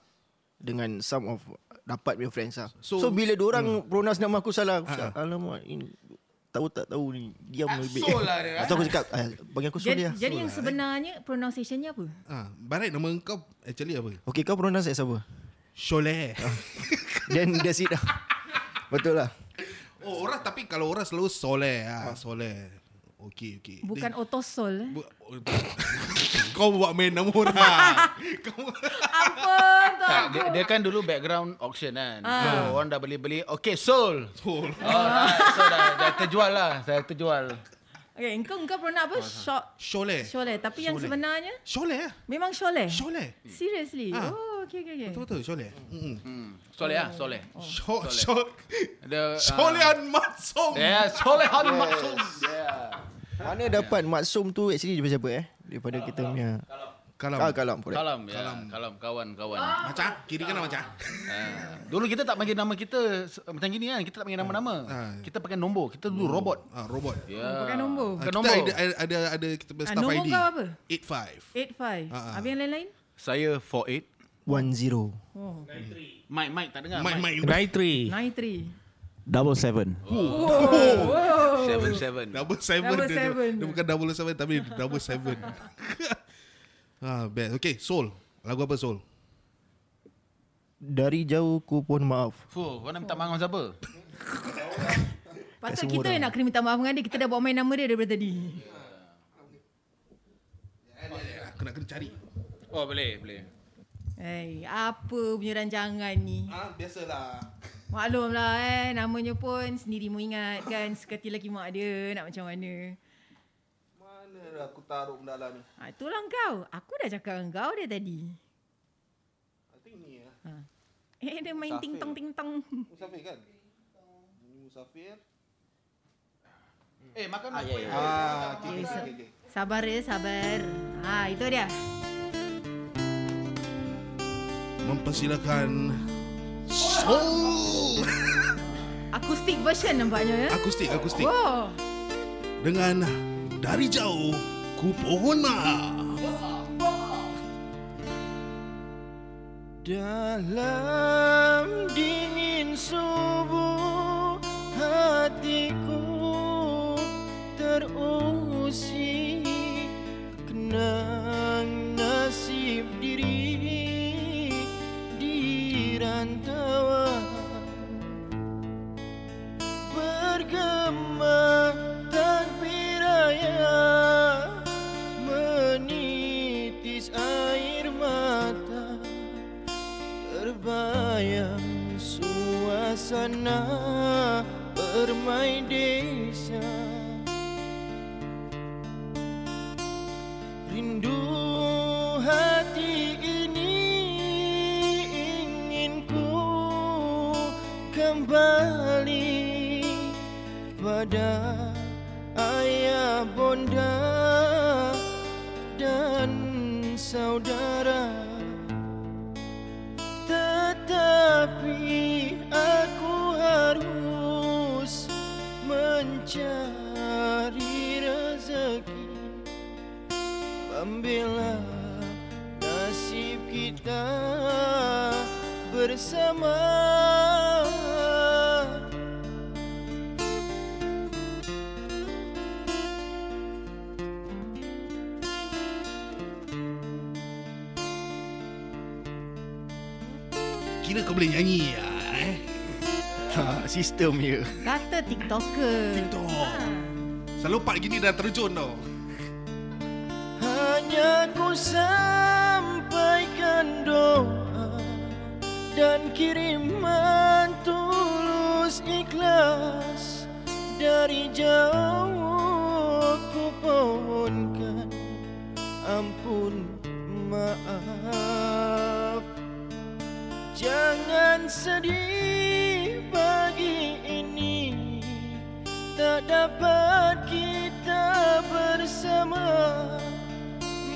Dengan some of dapat punya friends lah So- So, so bila orang hmm. pronounce nama aku salah aku cakap, Alamak ini tahu tak tahu ni diam lebih. Sol lah dia, eh? Atau aku cakap ah, bagi aku Jadi, sulit lah. jadi yang sebenarnya pronunciationnya apa? Ah, Barat nama kau actually apa? Okey kau pronounce as apa? Soleh. Then that's it lah. Betul lah. Oh, orang tapi kalau orang selalu soleh ah, soleh. Okey okey. Bukan otosol eh. Kau buat main nama orang. Ampun tu. Tak, dia, dia kan dulu background auction kan. Ha. Ah. So orang dah beli-beli. Okay, soul. Soul. Alright, so dah, dah terjual lah. Saya terjual. Okay, engkau engkau pernah apa? Shot. Syoleh. Syoleh. Tapi yang Syoleh. sebenarnya? Syoleh lah. Memang syoleh? Syoleh. Seriously? Ah. Oh, okay, okay, okay. Betul betul Syoleh. Oh. Hmm. Soleh lah, soleh. ah, Eh? Syol Syol The, Solehan Matsum. Yeah, Solehan Yes. Maksum. Yeah. Mana dapat maksum tu actually daripada siapa eh? Daripada kita punya. Kalam. Ah, kalam. correct. Kalam, ya. Kalam. Kalam, kawan-kawan. Macam kiri kanan macam. Ah. Dulu kita tak panggil nama kita se- macam gini kan. Kita tak panggil nama-nama. Kita pakai nombor. Kita dulu robot. Ah, robot. Yeah. Pakai nombor. Ah, Pakai kita Ya, nombor. ada, ada ada ada kita punya Ah, staff nombor ID. kau apa? 85. 8-5. Ah, ah. Habis yang lain-lain? Saya 48. One zero. Oh. Mike, Mike tak dengar. Mike, Mike. Night tree. 9-3. Double seven. Oh. Seven, seven. Double seven. Double Double dia, seven. seven. Dia, dia bukan double seven tapi double seven. ah, best. Okay, Soul. Lagu apa Soul? Dari jauh ku pun maaf. Fuh, kau nak minta maaf siapa? Patut semua kita orang. yang nak kena minta maaf dengan dia. Kita dah bawa main nama dia daripada tadi. Aku nak kena cari. Oh, boleh, boleh. Hey, apa punya rancangan ni? Ah, biasalah. Maklumlah eh, namanya pun sendiri mu ingat kan. Sekati lelaki mak dia nak macam mana. Mana aku taruh benda lah ni? Ha, itulah kau. Aku dah cakap dengan kau dia tadi. I think ni lah. Ha. Eh, dia main Musafir. ting tong ting tong. Musafir kan? Ni Musafir. Eh, makan Ah, apa? ya, ya. Ah, Okay, sa- sabar ya, sabar. Ha, itu dia. Mempersilakan Soul Akustik version nampaknya ya. Akustik, akustik. Oh. dengan Dari Jauh Ku Pohon Maaf. Dalam dingin subuh hatiku terusik kenang nasib diri di rantauan bergema takbiraya menitis air mata terbayang suasana permai desa Rindu hati ini ingin ku kembali pada ayah bonda dan saudara Tetapi aku harus mencari rezeki Ambillah nasib kita bersama Kira kau boleh nyanyi ya, eh? Tak, sistem je. Kata TikToker. TikTok. Selalu part gini dah terjun tau. Hanya ku sampaikan doa Dan kiriman tulus ikhlas Dari jauh ku pohonkan Ampun maaf Jangan sedih pagi ini Tak dapat kita bersama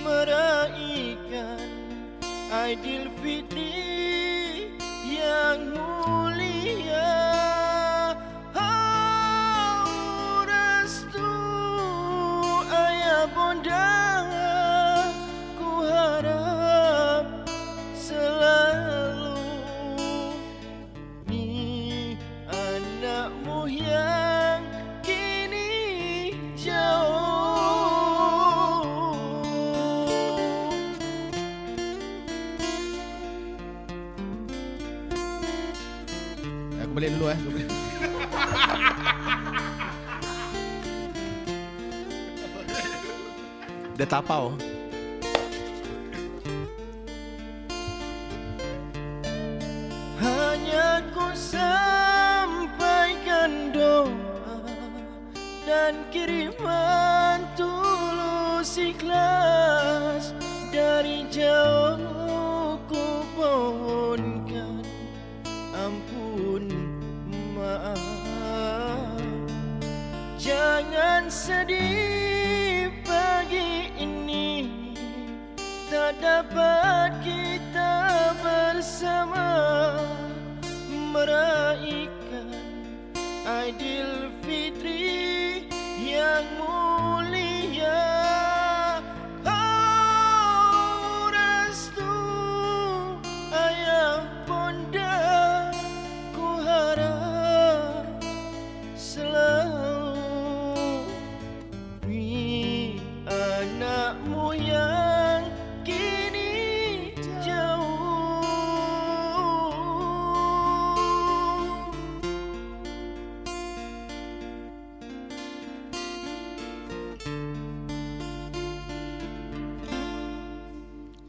meraihkan Aidilfitri yang mulia Oh, restu ayah bonda Ku harap selalu Ni anakmu yang kini jauh Aku balik dulu eh. Aku balik. Dah tapau. Hanya ku sampaikan doa Dan kiriman tulus ikhlas Dari jauh ku pohonkan Ampun maaf Jangan sedih pagi ini Tak dapat kita bersama Meraihkan Aidilfitri yang mulia Oh, restu ayah bonda Ku harap selalu Ni anakmu yang kini jauh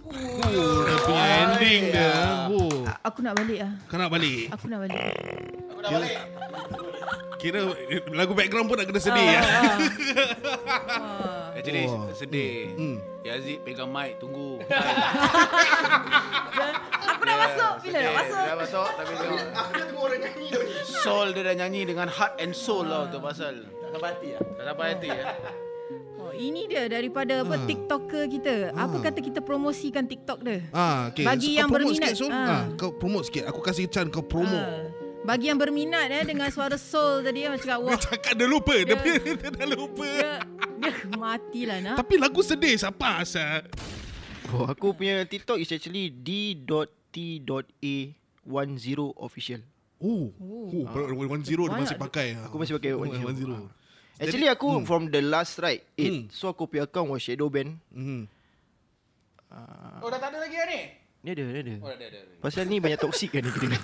Oh, dah punya ending dia. Oh. Aku nak balik ah. Kau nak balik? Aku nak balik. Kira eh, lagu background pun nak kena sedih ya. Actually Oh. Wah. sedih. Yazid pegang mic tunggu. Aku nak masuk. Bila nak masuk? Dah masuk tapi dia Aku dah tengok orang nyanyi tu ni. soul dia dah nyanyi dengan heart and soul lah tu pasal. Tak sampai hati lah. Tak sampai hati ya. Oh, ini dia daripada apa Ah. TikToker kita. Apa Ah. kata kita promosikan TikTok dia? Ah, okay. Bagi So, yang kau promote berminat. Sikit, Sul. Ah. Ah. kau promote sikit. Aku kasih chance kau promo. Ah. Bagi yang berminat eh dengan suara soul tadi eh, macam kat wah. Cakap dia lupa. Dia, dia, dia dah lupa. Dia matilah nak. Tapi lagu sedih siapa asal? Oh, aku punya TikTok is actually d.t.a10 official. Oh. Oh, oh one zero dia Banyak masih tu. pakai. Aku masih pakai one zero. One zero. Actually Jadi- aku Hmm. from the last ride eight. So aku punya account was shadow band. Mm. Uh, Oh dah tak ada lagi lah ni. dia ada, dia ada. Oh dah ada. ada. Pasal ni banyak toksik kan ni kita ni.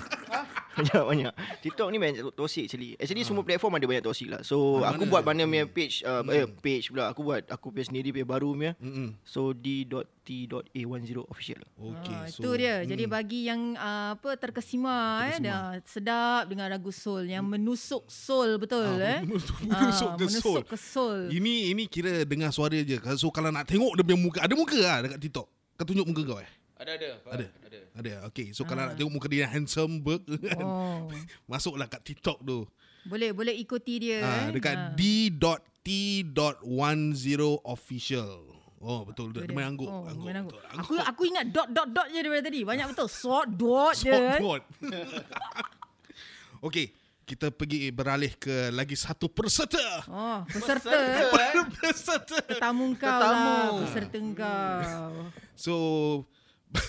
Banyak banyak TikTok ni banyak toxic actually Ah. Actually semua platform ada banyak toxic lah So Mana aku mana? buat mana punya page uh, Hmm. Eh page pula Aku buat aku punya sendiri punya baru punya Mm-mm. So d.t.a10 official lah Okay Ah, itu dia. Jadi hmm. bagi yang ah, apa terkesima, eh dah sedap dengan lagu soul yang menusuk soul betul eh. Hmm. menusuk, Ah, the menusuk soul. ke soul. Ini ini kira dengar suara je. So kalau nak tengok dia punya muka, ada muka lah dekat TikTok. Kau tunjuk muka kau eh? Ada ada. Ada. Ada. Ada. Okay. So Ah. kalau nak tengok muka dia yang handsome berg. Oh. Masuklah kat TikTok tu. Boleh boleh ikuti dia Ah, eh. Ah. dekat d.t.10 official. Oh betul betul. Dia main angguk. Oh, angguk. main angguk. Aku aku ingat dot dot dot je daripada tadi. Banyak betul. Sort dot je. Sort eh. dot. Okay. Kita pergi beralih ke lagi satu peserta. Oh, peserta. Peserta, eh. peserta. Tetamu kau Tetamu. Hmm. lah. Peserta kau. So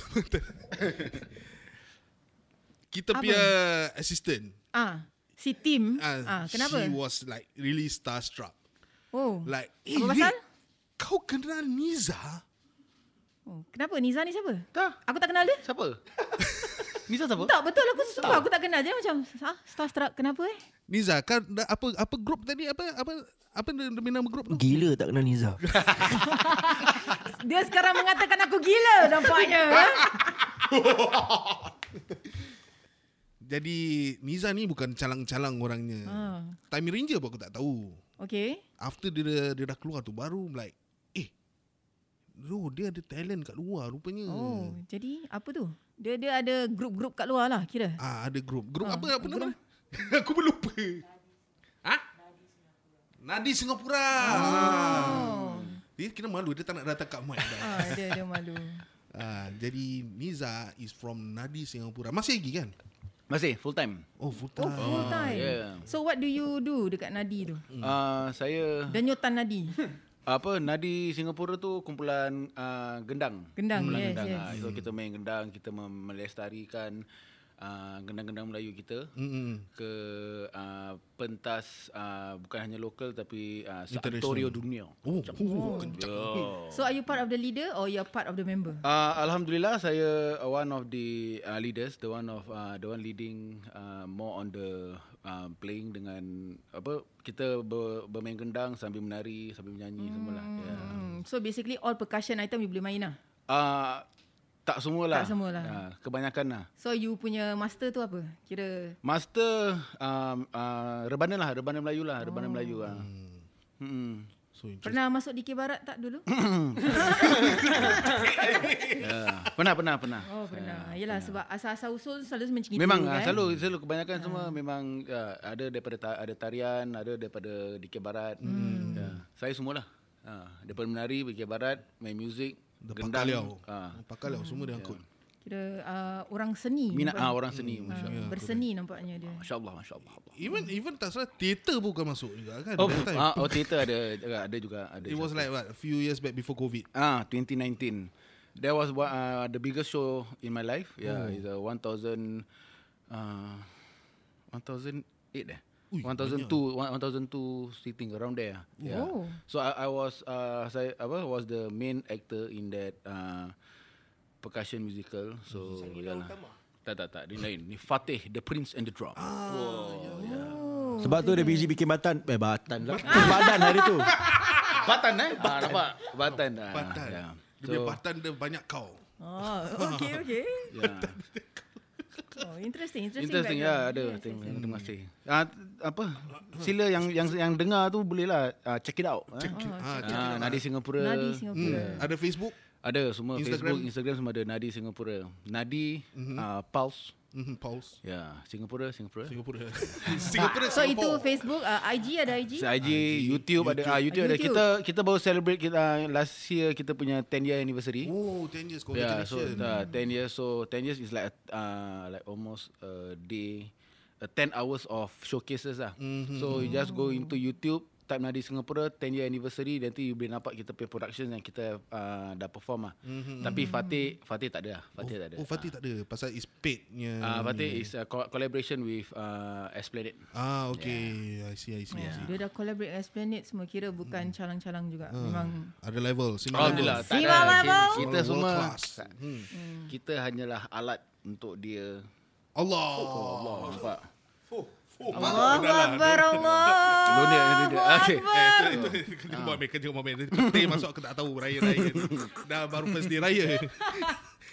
kita Apa? punya assistant. Ah, si Tim. ah, Ah, kenapa? She was like really starstruck. Oh. Like, eh, Apa Rick, pasal? Kau kenal Niza? Oh, kenapa? Niza ni siapa? Tak. Aku tak kenal dia. Siapa? Niza siapa? Tak, betul. Aku sumpah aku tak kenal. Dia macam, ah, starstruck. Kenapa eh? Niza, kan dah- apa apa grup tadi apa apa apa demi nama grup tu? Gila tak kenal Niza Dia sekarang mengatakan aku gila nampaknya. eh. Jadi Niza ni bukan calang-calang orangnya. Ah. Time Ranger pun aku tak tahu. Okay. After dia dah- dia dah keluar tu baru like eh Bro, dia ada talent kat luar rupanya. Oh, jadi apa tu? Dia dia ada grup-grup kat luar lah kira. Ah, ada grup. Grup Ah, apa apa grup nama? dia? aku pun lupa. Ha? Nadi Singapura. Oh. Dia kena malu dia tak nak datang kat mic dah. Ah, dia dia malu. Ah, jadi Niza is from Nadi Singapura. Masih lagi kan? Masih full time. Oh, full Oh, time. full time. yeah. So what do you do dekat Nadi tu? Hmm. Ah, Uh, saya Danyutan Nadi. apa Nadi Singapura tu kumpulan ah, uh, gendang. Gendang, kumpulan yes, gendang. yes. ah. so kita main gendang, kita mem- melestarikan uh, gendang-gendang Melayu kita Mm-mm. ke uh, pentas uh, bukan hanya lokal tapi uh, International. seantorio dunia. Oh, oh, Yo. So are you part of the leader or you're part of the member? Uh, Alhamdulillah saya uh, one of the uh, leaders, the one of uh, the one leading uh, more on the uh, playing dengan apa kita ber, bermain gendang sambil menari, sambil menyanyi hmm. semualah. Yeah. Hmm. So basically all percussion item you boleh main lah. Uh, tak semualah. Tak semualah. Uh, kebanyakan lah. So you punya master tu apa? Kira Master um, uh, rebana lah, rebana Melayu lah, rebana oh. Melayu lah. Hmm. So pernah masuk DK Barat tak dulu? yeah. Uh, Pernah, pernah, pernah. Oh pernah. Yelah sebab asal-asal usul selalu macam itu Ah, Memang kan. ah, selalu selalu kebanyakan semua memang ah, ada daripada ta, ada tarian, ada daripada Dikir Barat. Hmm. Ya, saya semualah. Ha, daripada menari, Dikir Barat, main muzik, Pakaliau. gendang. Ha. Pakaliau semua dia angkut. Kira uh, orang seni. Minat nampak- ah orang seni Ah, masya-Allah. berseni nampaknya dia. Masya-Allah, masya-Allah. Even even tak salah teater pun bukan masuk juga kan? Oh, that time. ah, oh theater ada juga, ada juga ada. It was satu. like what a few years back before COVID. Ah, 2019. That was one, uh, the biggest show in my life. Yeah, Oh. it's a 1000 uh 1008 eh. Ui, 1002 1002 sitting around there. Yeah. Oh. So I, I was uh saya apa was the main actor in that uh percussion musical. So yalah. kan, Tak tak tak, ni lain. Ni Fatih, The Prince and the Drum. Ah, Sebab tu dia busy bikin batan. Eh, batan lah. Badan hari tu. Batan eh? Batan. Ah, nampak? Batan. ah, Batan. yeah. Dia punya So- batan dia banyak kau. Oh, okay, okay. Yeah. Oh, interesting, interesting. Interesting, ya background. ada. Terima, terima kasih. Ah, t- apa? Sila yang yang yang dengar tu bolehlah ah, check it out. Check it out. Hmm. check it Ah, out. Nadi Singapura. Nadi Singapura. hmm. Ada Facebook? Ada semua Instagram? Instagram. Facebook, Instagram semua ada Nadi Singapura. Nadi Mhm. ah, Pulse. Mhm, Pulse. Ya, Singapura, Singapura. Singapura. Singapura, Oh, So itu Facebook, uh, IG ada IG? So, IG, YouTube, ada ah, YouTube, ada YouTube. kita kita baru celebrate kita ah, last year kita punya 10 year anniversary. Oh, 10 years Yeah, so congratulations. uh, 10 years so 10 years is like a- uh, like almost a day uh, 10 hours of showcases lah. Mhm. Mm-hmm. So you just go into YouTube type Nadi Singapura 10 year anniversary nanti you boleh nampak kita punya production yang kita uh, dah perform lah. Mhm. Mm-hmm. Tapi Fatih Fatih tak ada lah. Fatih oh, tak ada. Oh, Fatih tak ada pasal is paid nya. Uh, Fatih is a co- collaboration with uh, Esplanade. Ah, okay. I see, I see. ya. I see. Dia dah collaborate dengan Esplanade semua kira bukan Hmm. calang-calang juga. Ah, Memang ada level. Simak Alhamdulillah level. tak Simak ada. level. Kita World semua class. kita hanyalah alat untuk dia Allah. Eh, Allah. Nampak. lah, Allahu Akbar, Allah. Dunia yang dunia. Okay. Itu, itu, itu, kena Ah. buat mereka tengok momen. Petai masuk aku tak tahu raya-raya. ni. Dah baru first day raya.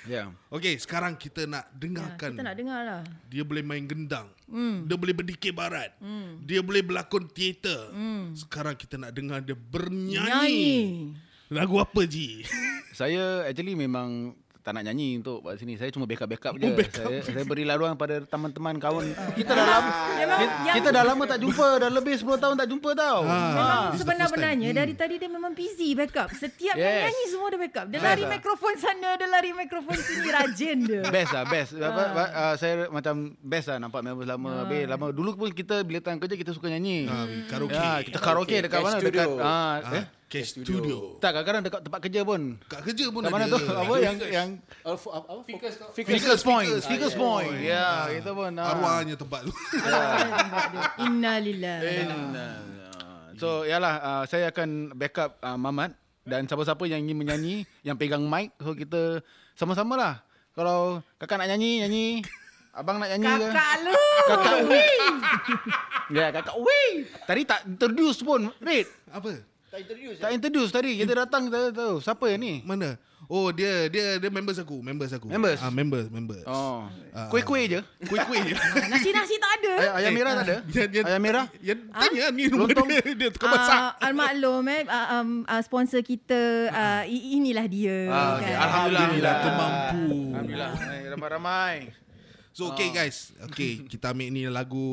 Ya. Okay, sekarang kita nak dengarkan. Kita nak dengar lah. Dia boleh main gendang. Hmm. Dia boleh berdikir barat. Hmm. Dia boleh berlakon teater. Hmm. Sekarang kita nak dengar dia bernyanyi. Nyanyi. Lagu apa Ji? Saya actually memang tak nak nyanyi untuk kat sini. Saya cuma backup-backup je. Oh, backup saya, je. Ah. saya beri laluan pada teman-teman kawan. Kita dah lama Memang kita, yang- kita dah lama tak jumpa. Dah lebih 10 tahun tak jumpa tau. Ah. Memang Ha. Ah, sebenar-benarnya dari Hmm. tadi dia memang busy backup. Setiap yes. Yes. nyanyi semua dia backup. Dia Yes. lari mikrofon sana, dia lari mikrofon sini. Rajin dia. Best lah best apa, Ah. ba- ah, Saya macam best lah Nampak member lama Ah. Habis lama Dulu pun kita Bila time kerja Kita suka nyanyi Ah, karaoke. Ya, Kita karaoke dekat Cat mana studio. Dekat ah, Ah, eh? Cat studio. Tak kadang-kadang Dekat tempat kerja pun Kat kerja pun Kat mana ada. tu Apa yang yang Speakers point Speakers point Ya Kita pun ah. Arwahnya tempat tu. Innalillah. Eh, So yalah uh, saya akan backup uh, Mamat dan siapa-siapa yang ingin menyanyi yang pegang mic so kita sama-sama lah. Kalau kakak nak nyanyi nyanyi, abang nak nyanyi ke? lah. Kakak lu. Kakak weh. ya kakak weh. Tadi tak introduce pun, Red. Apa? Tak introduce. Tak introduce tadi. Kita datang kita tak tahu siapa yang ni. Mana? Oh dia dia dia members aku, members aku. Members? Ah members, members. Oh. Ah. Kuih-kuih je. Kuih-kuih je. Nasi-nasi tak ada. Ayam, ayam Eh, merah tak ada? Yang, yang, ayam merah? Yang tanya ni rumah Lontong. dia. Dia tukar masak. Ah, almaklum eh ah, um, ah, sponsor kita ah, i- inilah dia kan. Ah, okay. Alhamdulillah. Alhamdulillah, aku mampu. Alhamdulillah. Ah. Eh, Ramai-ramai. So okay guys. Okay, kita ambil ni lagu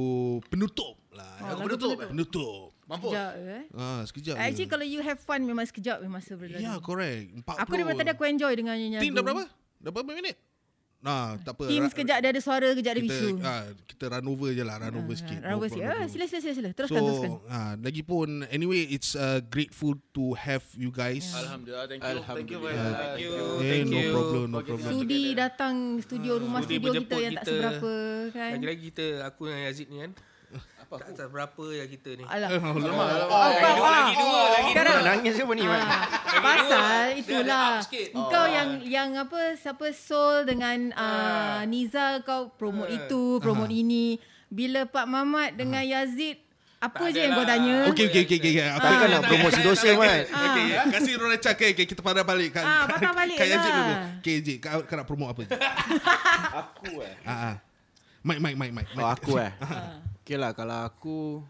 penutup lah. Oh, lagu lagu penutup. penutup. Penutup. Sekejap eh. Ah, sekejap. je. Actually kalau you have fun memang sekejap memang masa berlalu. Ya, correct. 40. Aku daripada tadi aku enjoy dengan nyanyi. Tim dah lagu. berapa? Dah berapa minit? Nah, tak apa. Tim Ra- sekejap dia ada suara, kejap dia kita, bisu. ah, kita run over je lah, run over sikit. Rawa No sikit. problem. Ah, sila sila sila sila. Teruskan so, teruskan. ah, lagipun anyway it's uh, grateful to have you guys. Alhamdulillah. Thank you. Thank you. Yeah. Thank you. Eh, Thank no you. problem, no problem. Sudi datang studio rumah Sudi studio kita berjemput yang tak seberapa kan. Lagi-lagi kita Aku dengan Yazid ni kan Apa tak seberapa yang kita ni Alah. Alamak Oh, Lagi ah. dua Lagi dua Lagi dua Sekarang- Ah, Lagi Pasal dua. itulah. Dia ada up sikit. Engkau Oh. yang yang apa siapa Sol dengan ah, Niza kau promote itu, promote ini. Bila Pak Mamat dengan Yazid apa je yang kau tanya? Okay, okay, okay, okay. okay. Aku Takkan nak promosi dosa, Mat. Ah. Okay, ya. kasih Rona Chak. Okay, okay, kita pandang balik. Kak, Ah, pandang balik Kak Yazid lah. dulu. Okay, Yazid, kau, kau nak promote apa? Aku eh. ah, ah. Mike, Mike, Mike, Mike. Oh aku eh. Okay lah kalau aku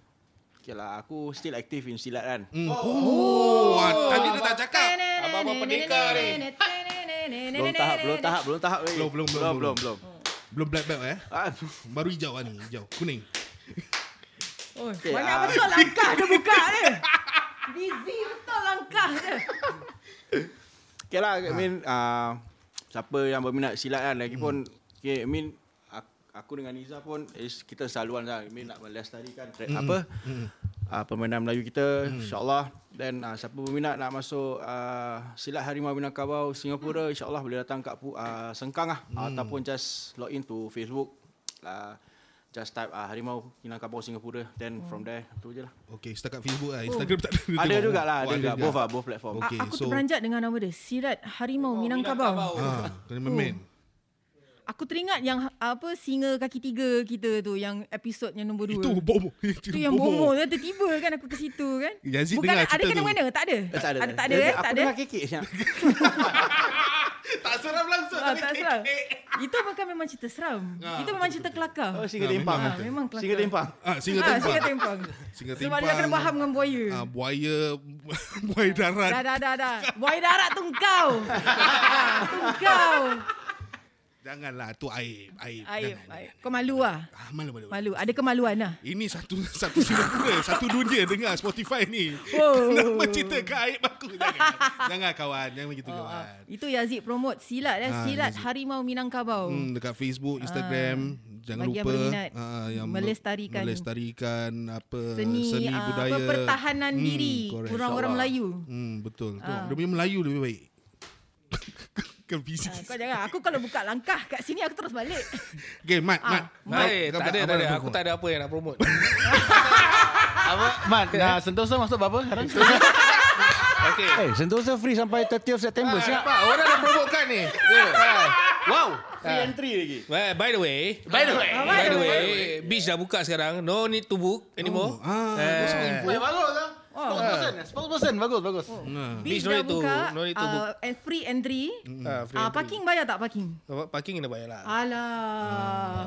Okay lah aku still aktif in silat kan. Mm. Oh, ah, tadi dia tak cakap. Abang-abang pendeka ni. Belum tahap, belum tahap, belum tahap. weh. Belum, belum, belum, belum, belum, belum. Ah, Belum black belt eh? Baru hijau lah ni, hijau. Kuning. Oh, Okay, banyak ah. betul langkah dia buka dia. Busy betul langkah dia. Okay lah, I mean, uh, siapa yang berminat silat kan, lagi pun, okay, I mean, ak- aku dengan Niza pun, is, kita selaluan lah, I mean, nak melestarikan Hmm, track, apa, uh, permainan Melayu kita, insyaAllah. Dan uh, siapa berminat nak masuk uh, silat Harimau Minangkabau, Singapura, Hmm. insyaAllah boleh datang kat pu- uh, Sengkang lah, Hmm. ataupun just log in to Facebook, uh, just type uh, Harimau Minangkabau, Singapura, then Hmm. from there, tu je lah. Okay, setakat Facebook lah. Oh. Instagram tak ada. Ada Tengok. jugalah, ada juga. juga. Both lah, both platform. Okay, Aku so. terperanjat dengan nama dia. Sirat Harimau Minangkabau. Ah, kena Oh, main. Aku teringat yang ha, apa singa kaki tiga kita tu yang episod yang nombor dua. Itu bomo. Itu yang bomo. tu, Tiba-tiba kan aku ke situ kan. Yazid Bukan dengar ada cerita kena tu. mana? Tak ada. tak ada. Ada tak ada Dia- eh? aku Tak ada. dengar kekek siap. Tak seram langsung. Ah, tak seram. Itu bukan memang cerita seram. Itu memang cerita kelakar. Oh, singa tempang. Ah, Memang kelakar. Singa tempang. Ah, singa Ah, tempang. singa tempang. Singa Sebab dia kena faham Ah, dengan buaya. Ah, buaya, buaya darat. Dah, dah, dah, dah. Buaya darat tu kau. tu kau. Janganlah, tu aib. Aib. Aib, Jangan. aib. Kau malu lah. Ah, malu, malu. Malu. Ada kemaluan lah. Ini satu satu Singapura, satu dunia dengar Spotify ni. Oh. Nama cerita ke aib aku. Jangan, jangan kawan, jangan begitu Oh, kawan. Itu Yazid promote silat eh. Ah, silat Yazid. Harimau Minangkabau. Hmm, dekat Facebook, Instagram, jangan bagi yang lupa berminat, ah, me- melestarikan. melestarikan apa Seni, seni, ah, budaya, Hmm, apa, pertahanan diri correct. orang-orang InsyaAllah. Melayu. Hmm, betul. Tu, Ah. dia punya Melayu lebih baik. Kan busy. Ah, Kau jangan. Aku kalau buka langkah kat sini aku terus balik. Okay, Mat, Ah, Mat. Mat, Baik, kau tak nak- ada, apa nak tak ada. promote? Aku tak ada apa yang nak promote. Apa? Man, nah, Sentosa masuk berapa sekarang? Okey. Eh, Sentosa free sampai 30 September siap. Nampak? Orang dah promote kan ni. Ya. Wow, free entry lagi. Well, by the way, By the way. by, the way, beach dah buka sekarang. No need to book anymore. ah, kosong info. Eh, bagus lah. Spokesperson, spokesperson bagus bagus. Beach Beach dah no need to buka. no need to book. ah, and free entry. Ah, free Ah, entry. parking bayar tak parking? Parking kena bayar lah. Alah.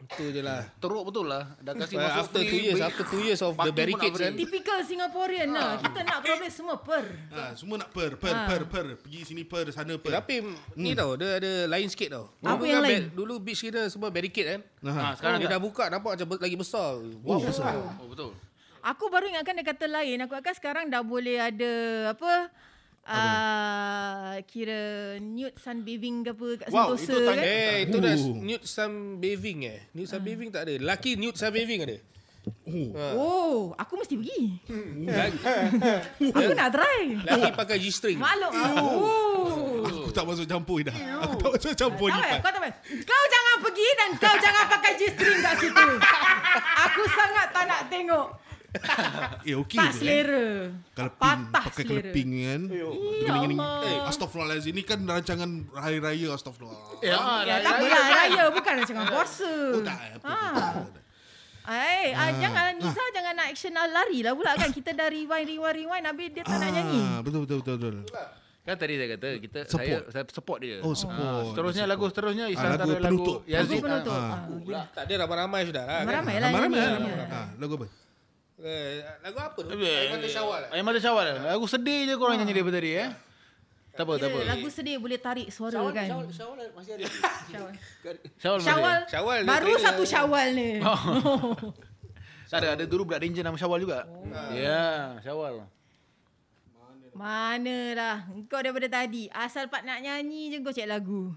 Itu je lah. Teruk betul lah. Dah kasi Well, masuk Eh, after free, two years, beli- after two years of the Parking pun nak barricades free. kan. Typical Singaporean lah. Ah. Kita nak problem semua per. Ha, semua nak per, per, Ah. per, per. Pergi sini per, sana per. Tapi ni tau, dia ada lain sikit tau. Hmm. Apa Dulu yang kan lain? ba- Dulu beach kita semua barricade kan. Aha. Ha, sekarang dia dah buka nampak macam be- lagi besar. Wow, besar. Oh betul. Aku baru ingatkan dia kata lain. Aku ingatkan sekarang dah boleh ada apa? Uh, kira nude sunbathing ke apa kat Wow, Sentosa itu kan. tanya. Eh, itu dah Ooh. Ah. nude sunbathing eh. Nude sunbathing tak ada. Laki nude sunbathing ada. Oh, aku mesti pergi. Lagi- aku nak try. Laki Oh. pakai G-string. Malu aku. Aku tak masuk campur dah. Aku tak masuk campur ni. Tahu tak, kau tahu tak? Kau jangan pergi dan kau jangan pakai G-string kat situ. Aku sangat tak nak tengok. Eh, okey. Tak je, eh. selera. Kalau pink, Patah pakai selera. keleping kan. Ya Gini-gini. Allah. Eh, Astaghfirullahalazim. Ini kan rancangan hari raya astagfirullah. Ya, ya tak raya apalah kan? raya bukan macam orang puasa. Oh tak. eh, Ha. Ay, ah, Ah. jangan Niza jangan nak action ah, lari lah pula kan. Kita dah rewind, rewind, rewind. Habis dia tak nak nyanyi. Ah, betul, betul, betul, betul. Kan tadi saya kata kita Support. saya saya support dia. Oh, support. Ah, seterusnya lagu seterusnya Ah, lagu antara penutup. Yazid. Lagu penutup. Ah. Ah. Pula. Tak ada ramai-ramai sudah lah. kan? Ramai-ramai lah Ramai-ramai nyanyi. lah, ramai-ramai. Ah, Lagu apa? Eh, Lagu apa tu? Eh, Lagu Mata Syawal. eh? Ayam Mata Syawal. Lagu sedih je korang nyanyi daripada tadi eh. Tak apa, tak apa. Kira lagu sedih boleh tarik suara Syawal, kan. Syawal, Syawal masih ada. Syawal. Syawal. mana Syawal, dia? Syawal dia baru trailer. satu Syawal ni. Oh. tak ada, ada dulu Black Ranger nama Syawal juga. Ya, yeah, Syawal. Manalah Kau daripada tadi Asal pak nak nyanyi je kau cek lagu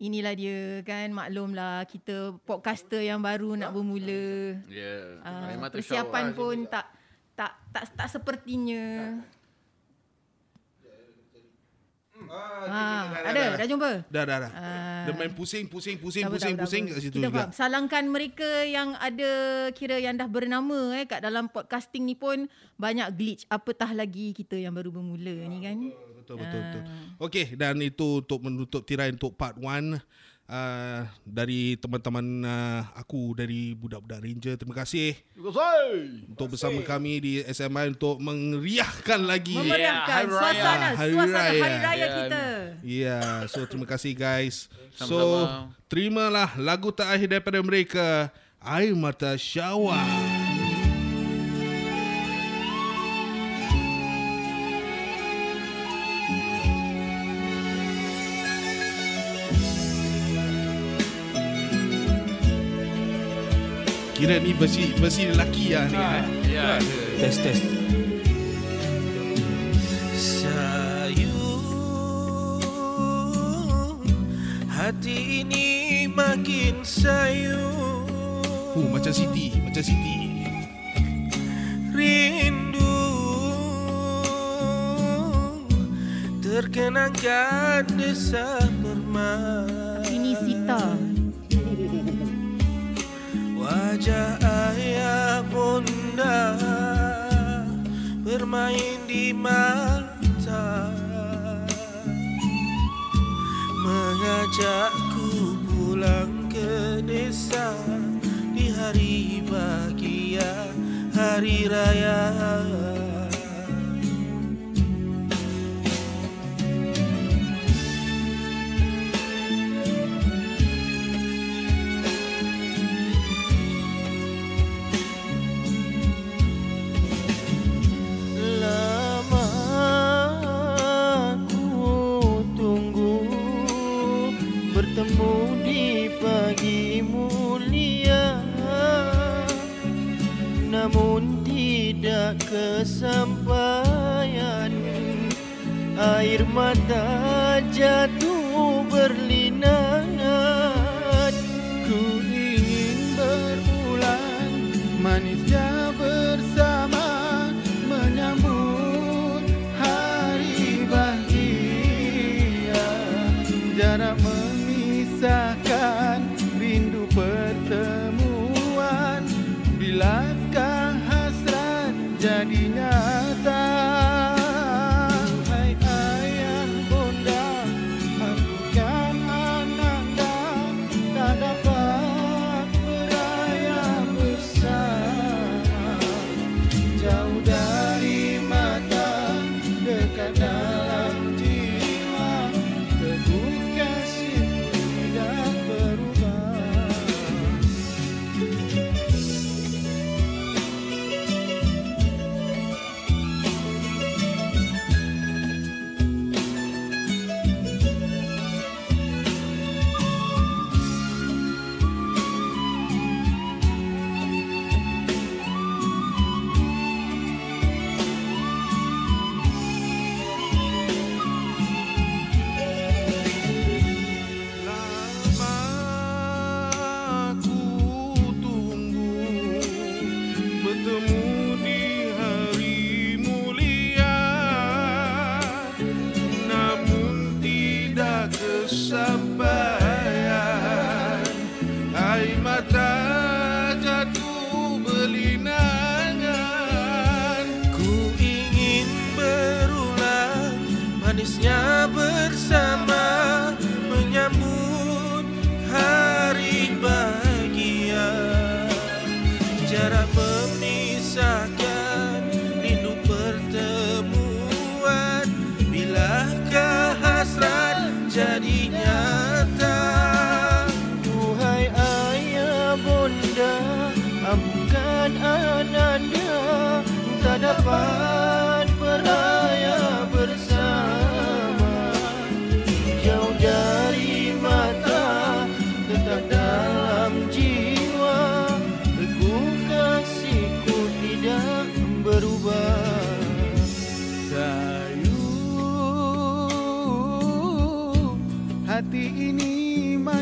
Inilah dia kan maklumlah kita podcaster yang baru nak bermula. Ya. Ah, Memang tu persiapan Syawal. pun tak tak tak tak sepertinya. Ah, ada dah jumpa. Dah, dah, dah. Ah. Dia main pusing, pusing, pusing, Tak apa, pusing, tak apa, pusing tak kat apa. situ Kita juga. faham. Salangkan mereka yang ada kira yang dah bernama eh kat dalam podcasting ni pun banyak glitch. Apatah lagi kita yang baru bermula ni kan. Betul, betul, betul. Ah. Okey, dan itu untuk menutup tirai untuk part 1. Uh, dari teman-teman uh, aku dari budak-budak ranger terima kasih Terima kasih. untuk bersama kami di SMI untuk meriahkan lagi Memeriahkan Hari Raya. suasana suasana hari raya, Ya, kita. Yeah, so terima kasih guys. So Sama-sama. terimalah lagu terakhir daripada mereka, Air Mata Syawal. Kira ni versi versi lelaki lah ni. Ya. Test, test. Sayung Hati ini Uh, makin sayung Huh, macam Siti, macam Siti. Rindu Terkenangkan desa permai Ini Sita. Wajah ayah bunda Bermain di mata Mengajakku pulang ke desa Di hari bahagia Hari raya Lama aku tunggu bertemu di pagi mulia Namun tidak kesampaian Air mata jatuh berlinangan Ku ingin berulang Manisnya bersama menyambut hari bahagia Jarak memisahkan rindu pertemuan Bilakah hasrat jadi nyata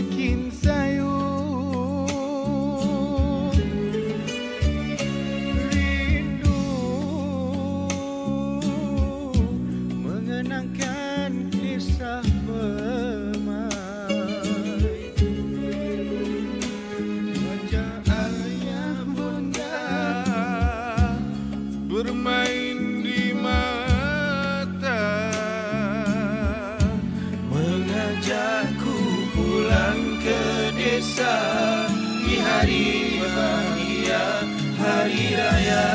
Kering sayur Rindu Mengenangkan kisah pemai Wajah ayah bunda Bermain di mata Mengajakku pulang ke desa Di hari bahagia Hari Raya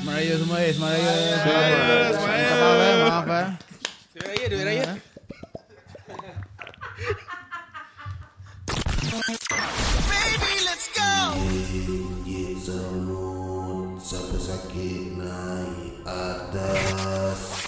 Semaraya semua eh, Semaraya. Semaraya. Maaf eh, maaf eh. Raya, duit raya. Baby, let's go Gigit serut sampai sakit naik atas